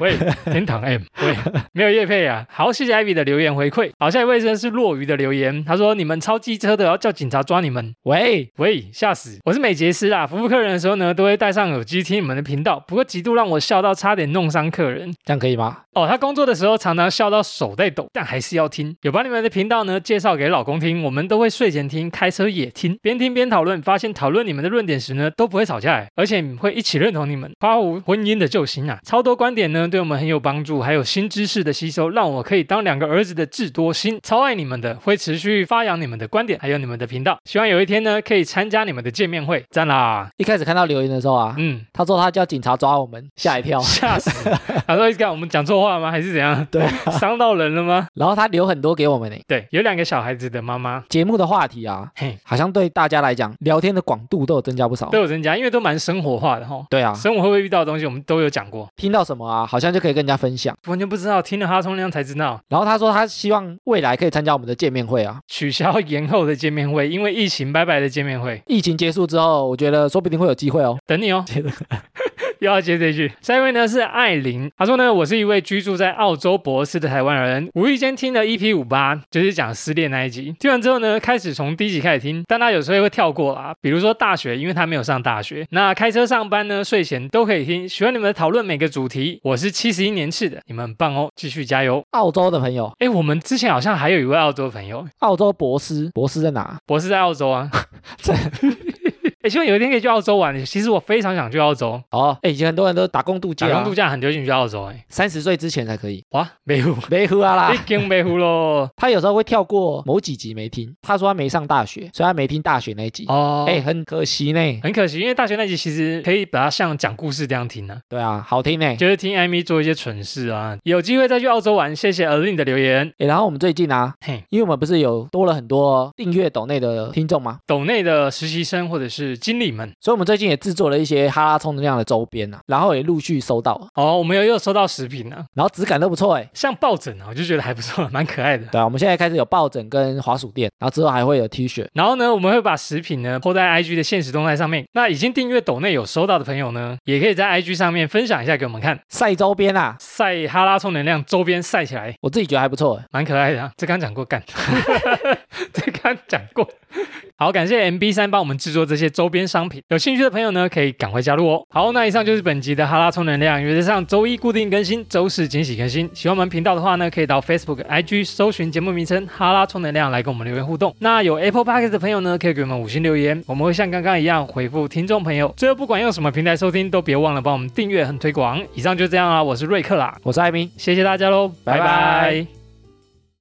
[SPEAKER 1] 喂，天堂 M，喂， 没有叶配啊。好，谢谢 Ivy 的留言回馈。好，下一位呢是落鱼的留言，他说你们超机车的，要叫警察抓你们。
[SPEAKER 2] 喂，
[SPEAKER 1] 喂，吓死！我是美睫师啊啦，服务客人的时候呢，都会戴上耳机听你们的频道，不过极度让我笑到差点弄伤客人。
[SPEAKER 2] 这样可以吗？
[SPEAKER 1] 哦，他工作的时候常常笑到手在抖，但还是要听。有把你们的频道呢介绍给老公听，我们都会睡前听，开车也听，边听边讨论。发现讨论你们的论点时呢，都不会吵架，哎而且会一起认同你们。花无婚姻的救星啊，超多观点呢对我们很有帮助，还有新知识的吸收，让我可以当两个儿子的智多星，超爱你们的，会持续发扬你们的观点，还有你们的频道。希望有一天呢可以参加你们的见面会，赞啦！
[SPEAKER 2] 一开始看到留言的时候啊，
[SPEAKER 1] 嗯，
[SPEAKER 2] 他说他叫警察抓我们，吓 一跳。
[SPEAKER 1] 吓死！他说：“看我们讲错话吗？还是怎样？
[SPEAKER 2] 对啊、
[SPEAKER 1] 伤到人了吗？”
[SPEAKER 2] 然后他留很多给我们呢。
[SPEAKER 1] 对，有两个小孩子的妈妈，
[SPEAKER 2] 节目的话题啊，
[SPEAKER 1] 嘿，
[SPEAKER 2] 好像对大家来讲，聊天的广度都有增加不少
[SPEAKER 1] 都。有增加，因为都蛮生活化的哈。
[SPEAKER 2] 哦对啊，
[SPEAKER 1] 生活会遇到的东西，我们都有讲过，
[SPEAKER 2] 听到什么啊，好像就可以跟人家分享。
[SPEAKER 1] 完全不知道，听了哈冲量才知道，
[SPEAKER 2] 然后他说他希望未来可以参加我们的见面会啊。
[SPEAKER 1] 取消延后的见面会，因为疫情拜拜的见面会，
[SPEAKER 2] 疫情结束之后，我觉得说不定会有机会哦。
[SPEAKER 1] 等你哦。 又要接这句。下一位呢是艾琳，她说呢，我是一位居住在澳洲博斯的台湾人，无意间听了 EP 五八，就是讲失恋那一集。听完之后呢，开始从第一集开始听，但她有时候也会跳过啦，比如说大学，因为她没有上大学。那开车上班呢，睡前都可以听。喜欢你们的讨论每个主题，我是七十一年次的，你们很棒哦，继续加油。
[SPEAKER 2] 澳洲的朋友，
[SPEAKER 1] 哎，我们之前好像还有一位澳洲朋友，
[SPEAKER 2] 澳洲博斯，博斯在哪？
[SPEAKER 1] 博士在澳洲啊。 哎，希望有一天可以去澳洲玩。其实我非常想去澳洲，
[SPEAKER 2] 哦，哎，以前很多人都打工度假
[SPEAKER 1] 打
[SPEAKER 2] 啊，
[SPEAKER 1] 工度假很流行去澳洲、哎，
[SPEAKER 2] 三十岁之前才可以，
[SPEAKER 1] 哇，没 有。
[SPEAKER 2] 没喝啊
[SPEAKER 1] 已
[SPEAKER 2] 啦。
[SPEAKER 1] 经没糊咯。
[SPEAKER 2] 他有时候会跳过某几集没听，他说他没上大学，所以他没听大学那一集。
[SPEAKER 1] 哦，
[SPEAKER 2] 哎、很可惜呢。
[SPEAKER 1] 很可惜，因为大学那集其实可以把它像讲故事这样听呢、
[SPEAKER 2] 对啊，好听呢。
[SPEAKER 1] 就是听艾米做一些蠢事啊。有机会再去澳洲玩，谢谢 Alin 的留言。
[SPEAKER 2] 哎、然后我们最近啊，
[SPEAKER 1] 嘿，
[SPEAKER 2] 因为我们不是有多了很多订阅抖内的听众吗？
[SPEAKER 1] 岛内的实习生或者是经理们，
[SPEAKER 2] 所以我们最近也制作了一些哈拉充能量的周边啊，然后也陆续收到了，
[SPEAKER 1] 哦，我们有又收到食品啊，
[SPEAKER 2] 然后质感都不错哎。
[SPEAKER 1] 像抱枕啊，我就觉得还不错，蛮可 爱的。
[SPEAKER 2] 对啊，我们现在开始有抱枕跟滑鼠垫，然后之后还会有 T 恤。
[SPEAKER 1] 然后呢，我们会把食品呢抛在 IG 的现实动态上面。那已经订阅抖内有收到的朋友呢，也可以在 IG 上面分享一下给我们看。
[SPEAKER 2] 晒周边啊，
[SPEAKER 1] 晒哈拉充能量周边晒起来，
[SPEAKER 2] 我自己觉得还不错哎。
[SPEAKER 1] 蛮可爱的、啊，这刚讲过干， 这刚讲过。好，感谢 MB 三帮我们制作这些周边商品，有兴趣的朋友呢，可以赶快加入哦。好，那以上就是本集的哈拉充能量，原则上周一固定更新，周四惊喜更新。喜欢我们频道的话呢，可以到 Facebook、IG 搜寻节目名称“哈拉充能量”来跟我们留言互动。那有 Apple Podcast 的朋友呢，可以给我们五星留言，我们会像刚刚一样回复听众朋友。最后，不管用什么平台收听，都别忘了帮我们订阅和推广。以上就这样啦，我是瑞克啦，
[SPEAKER 2] 我是艾米，
[SPEAKER 1] 谢谢大家喽，拜
[SPEAKER 2] 拜
[SPEAKER 1] 拜
[SPEAKER 2] 拜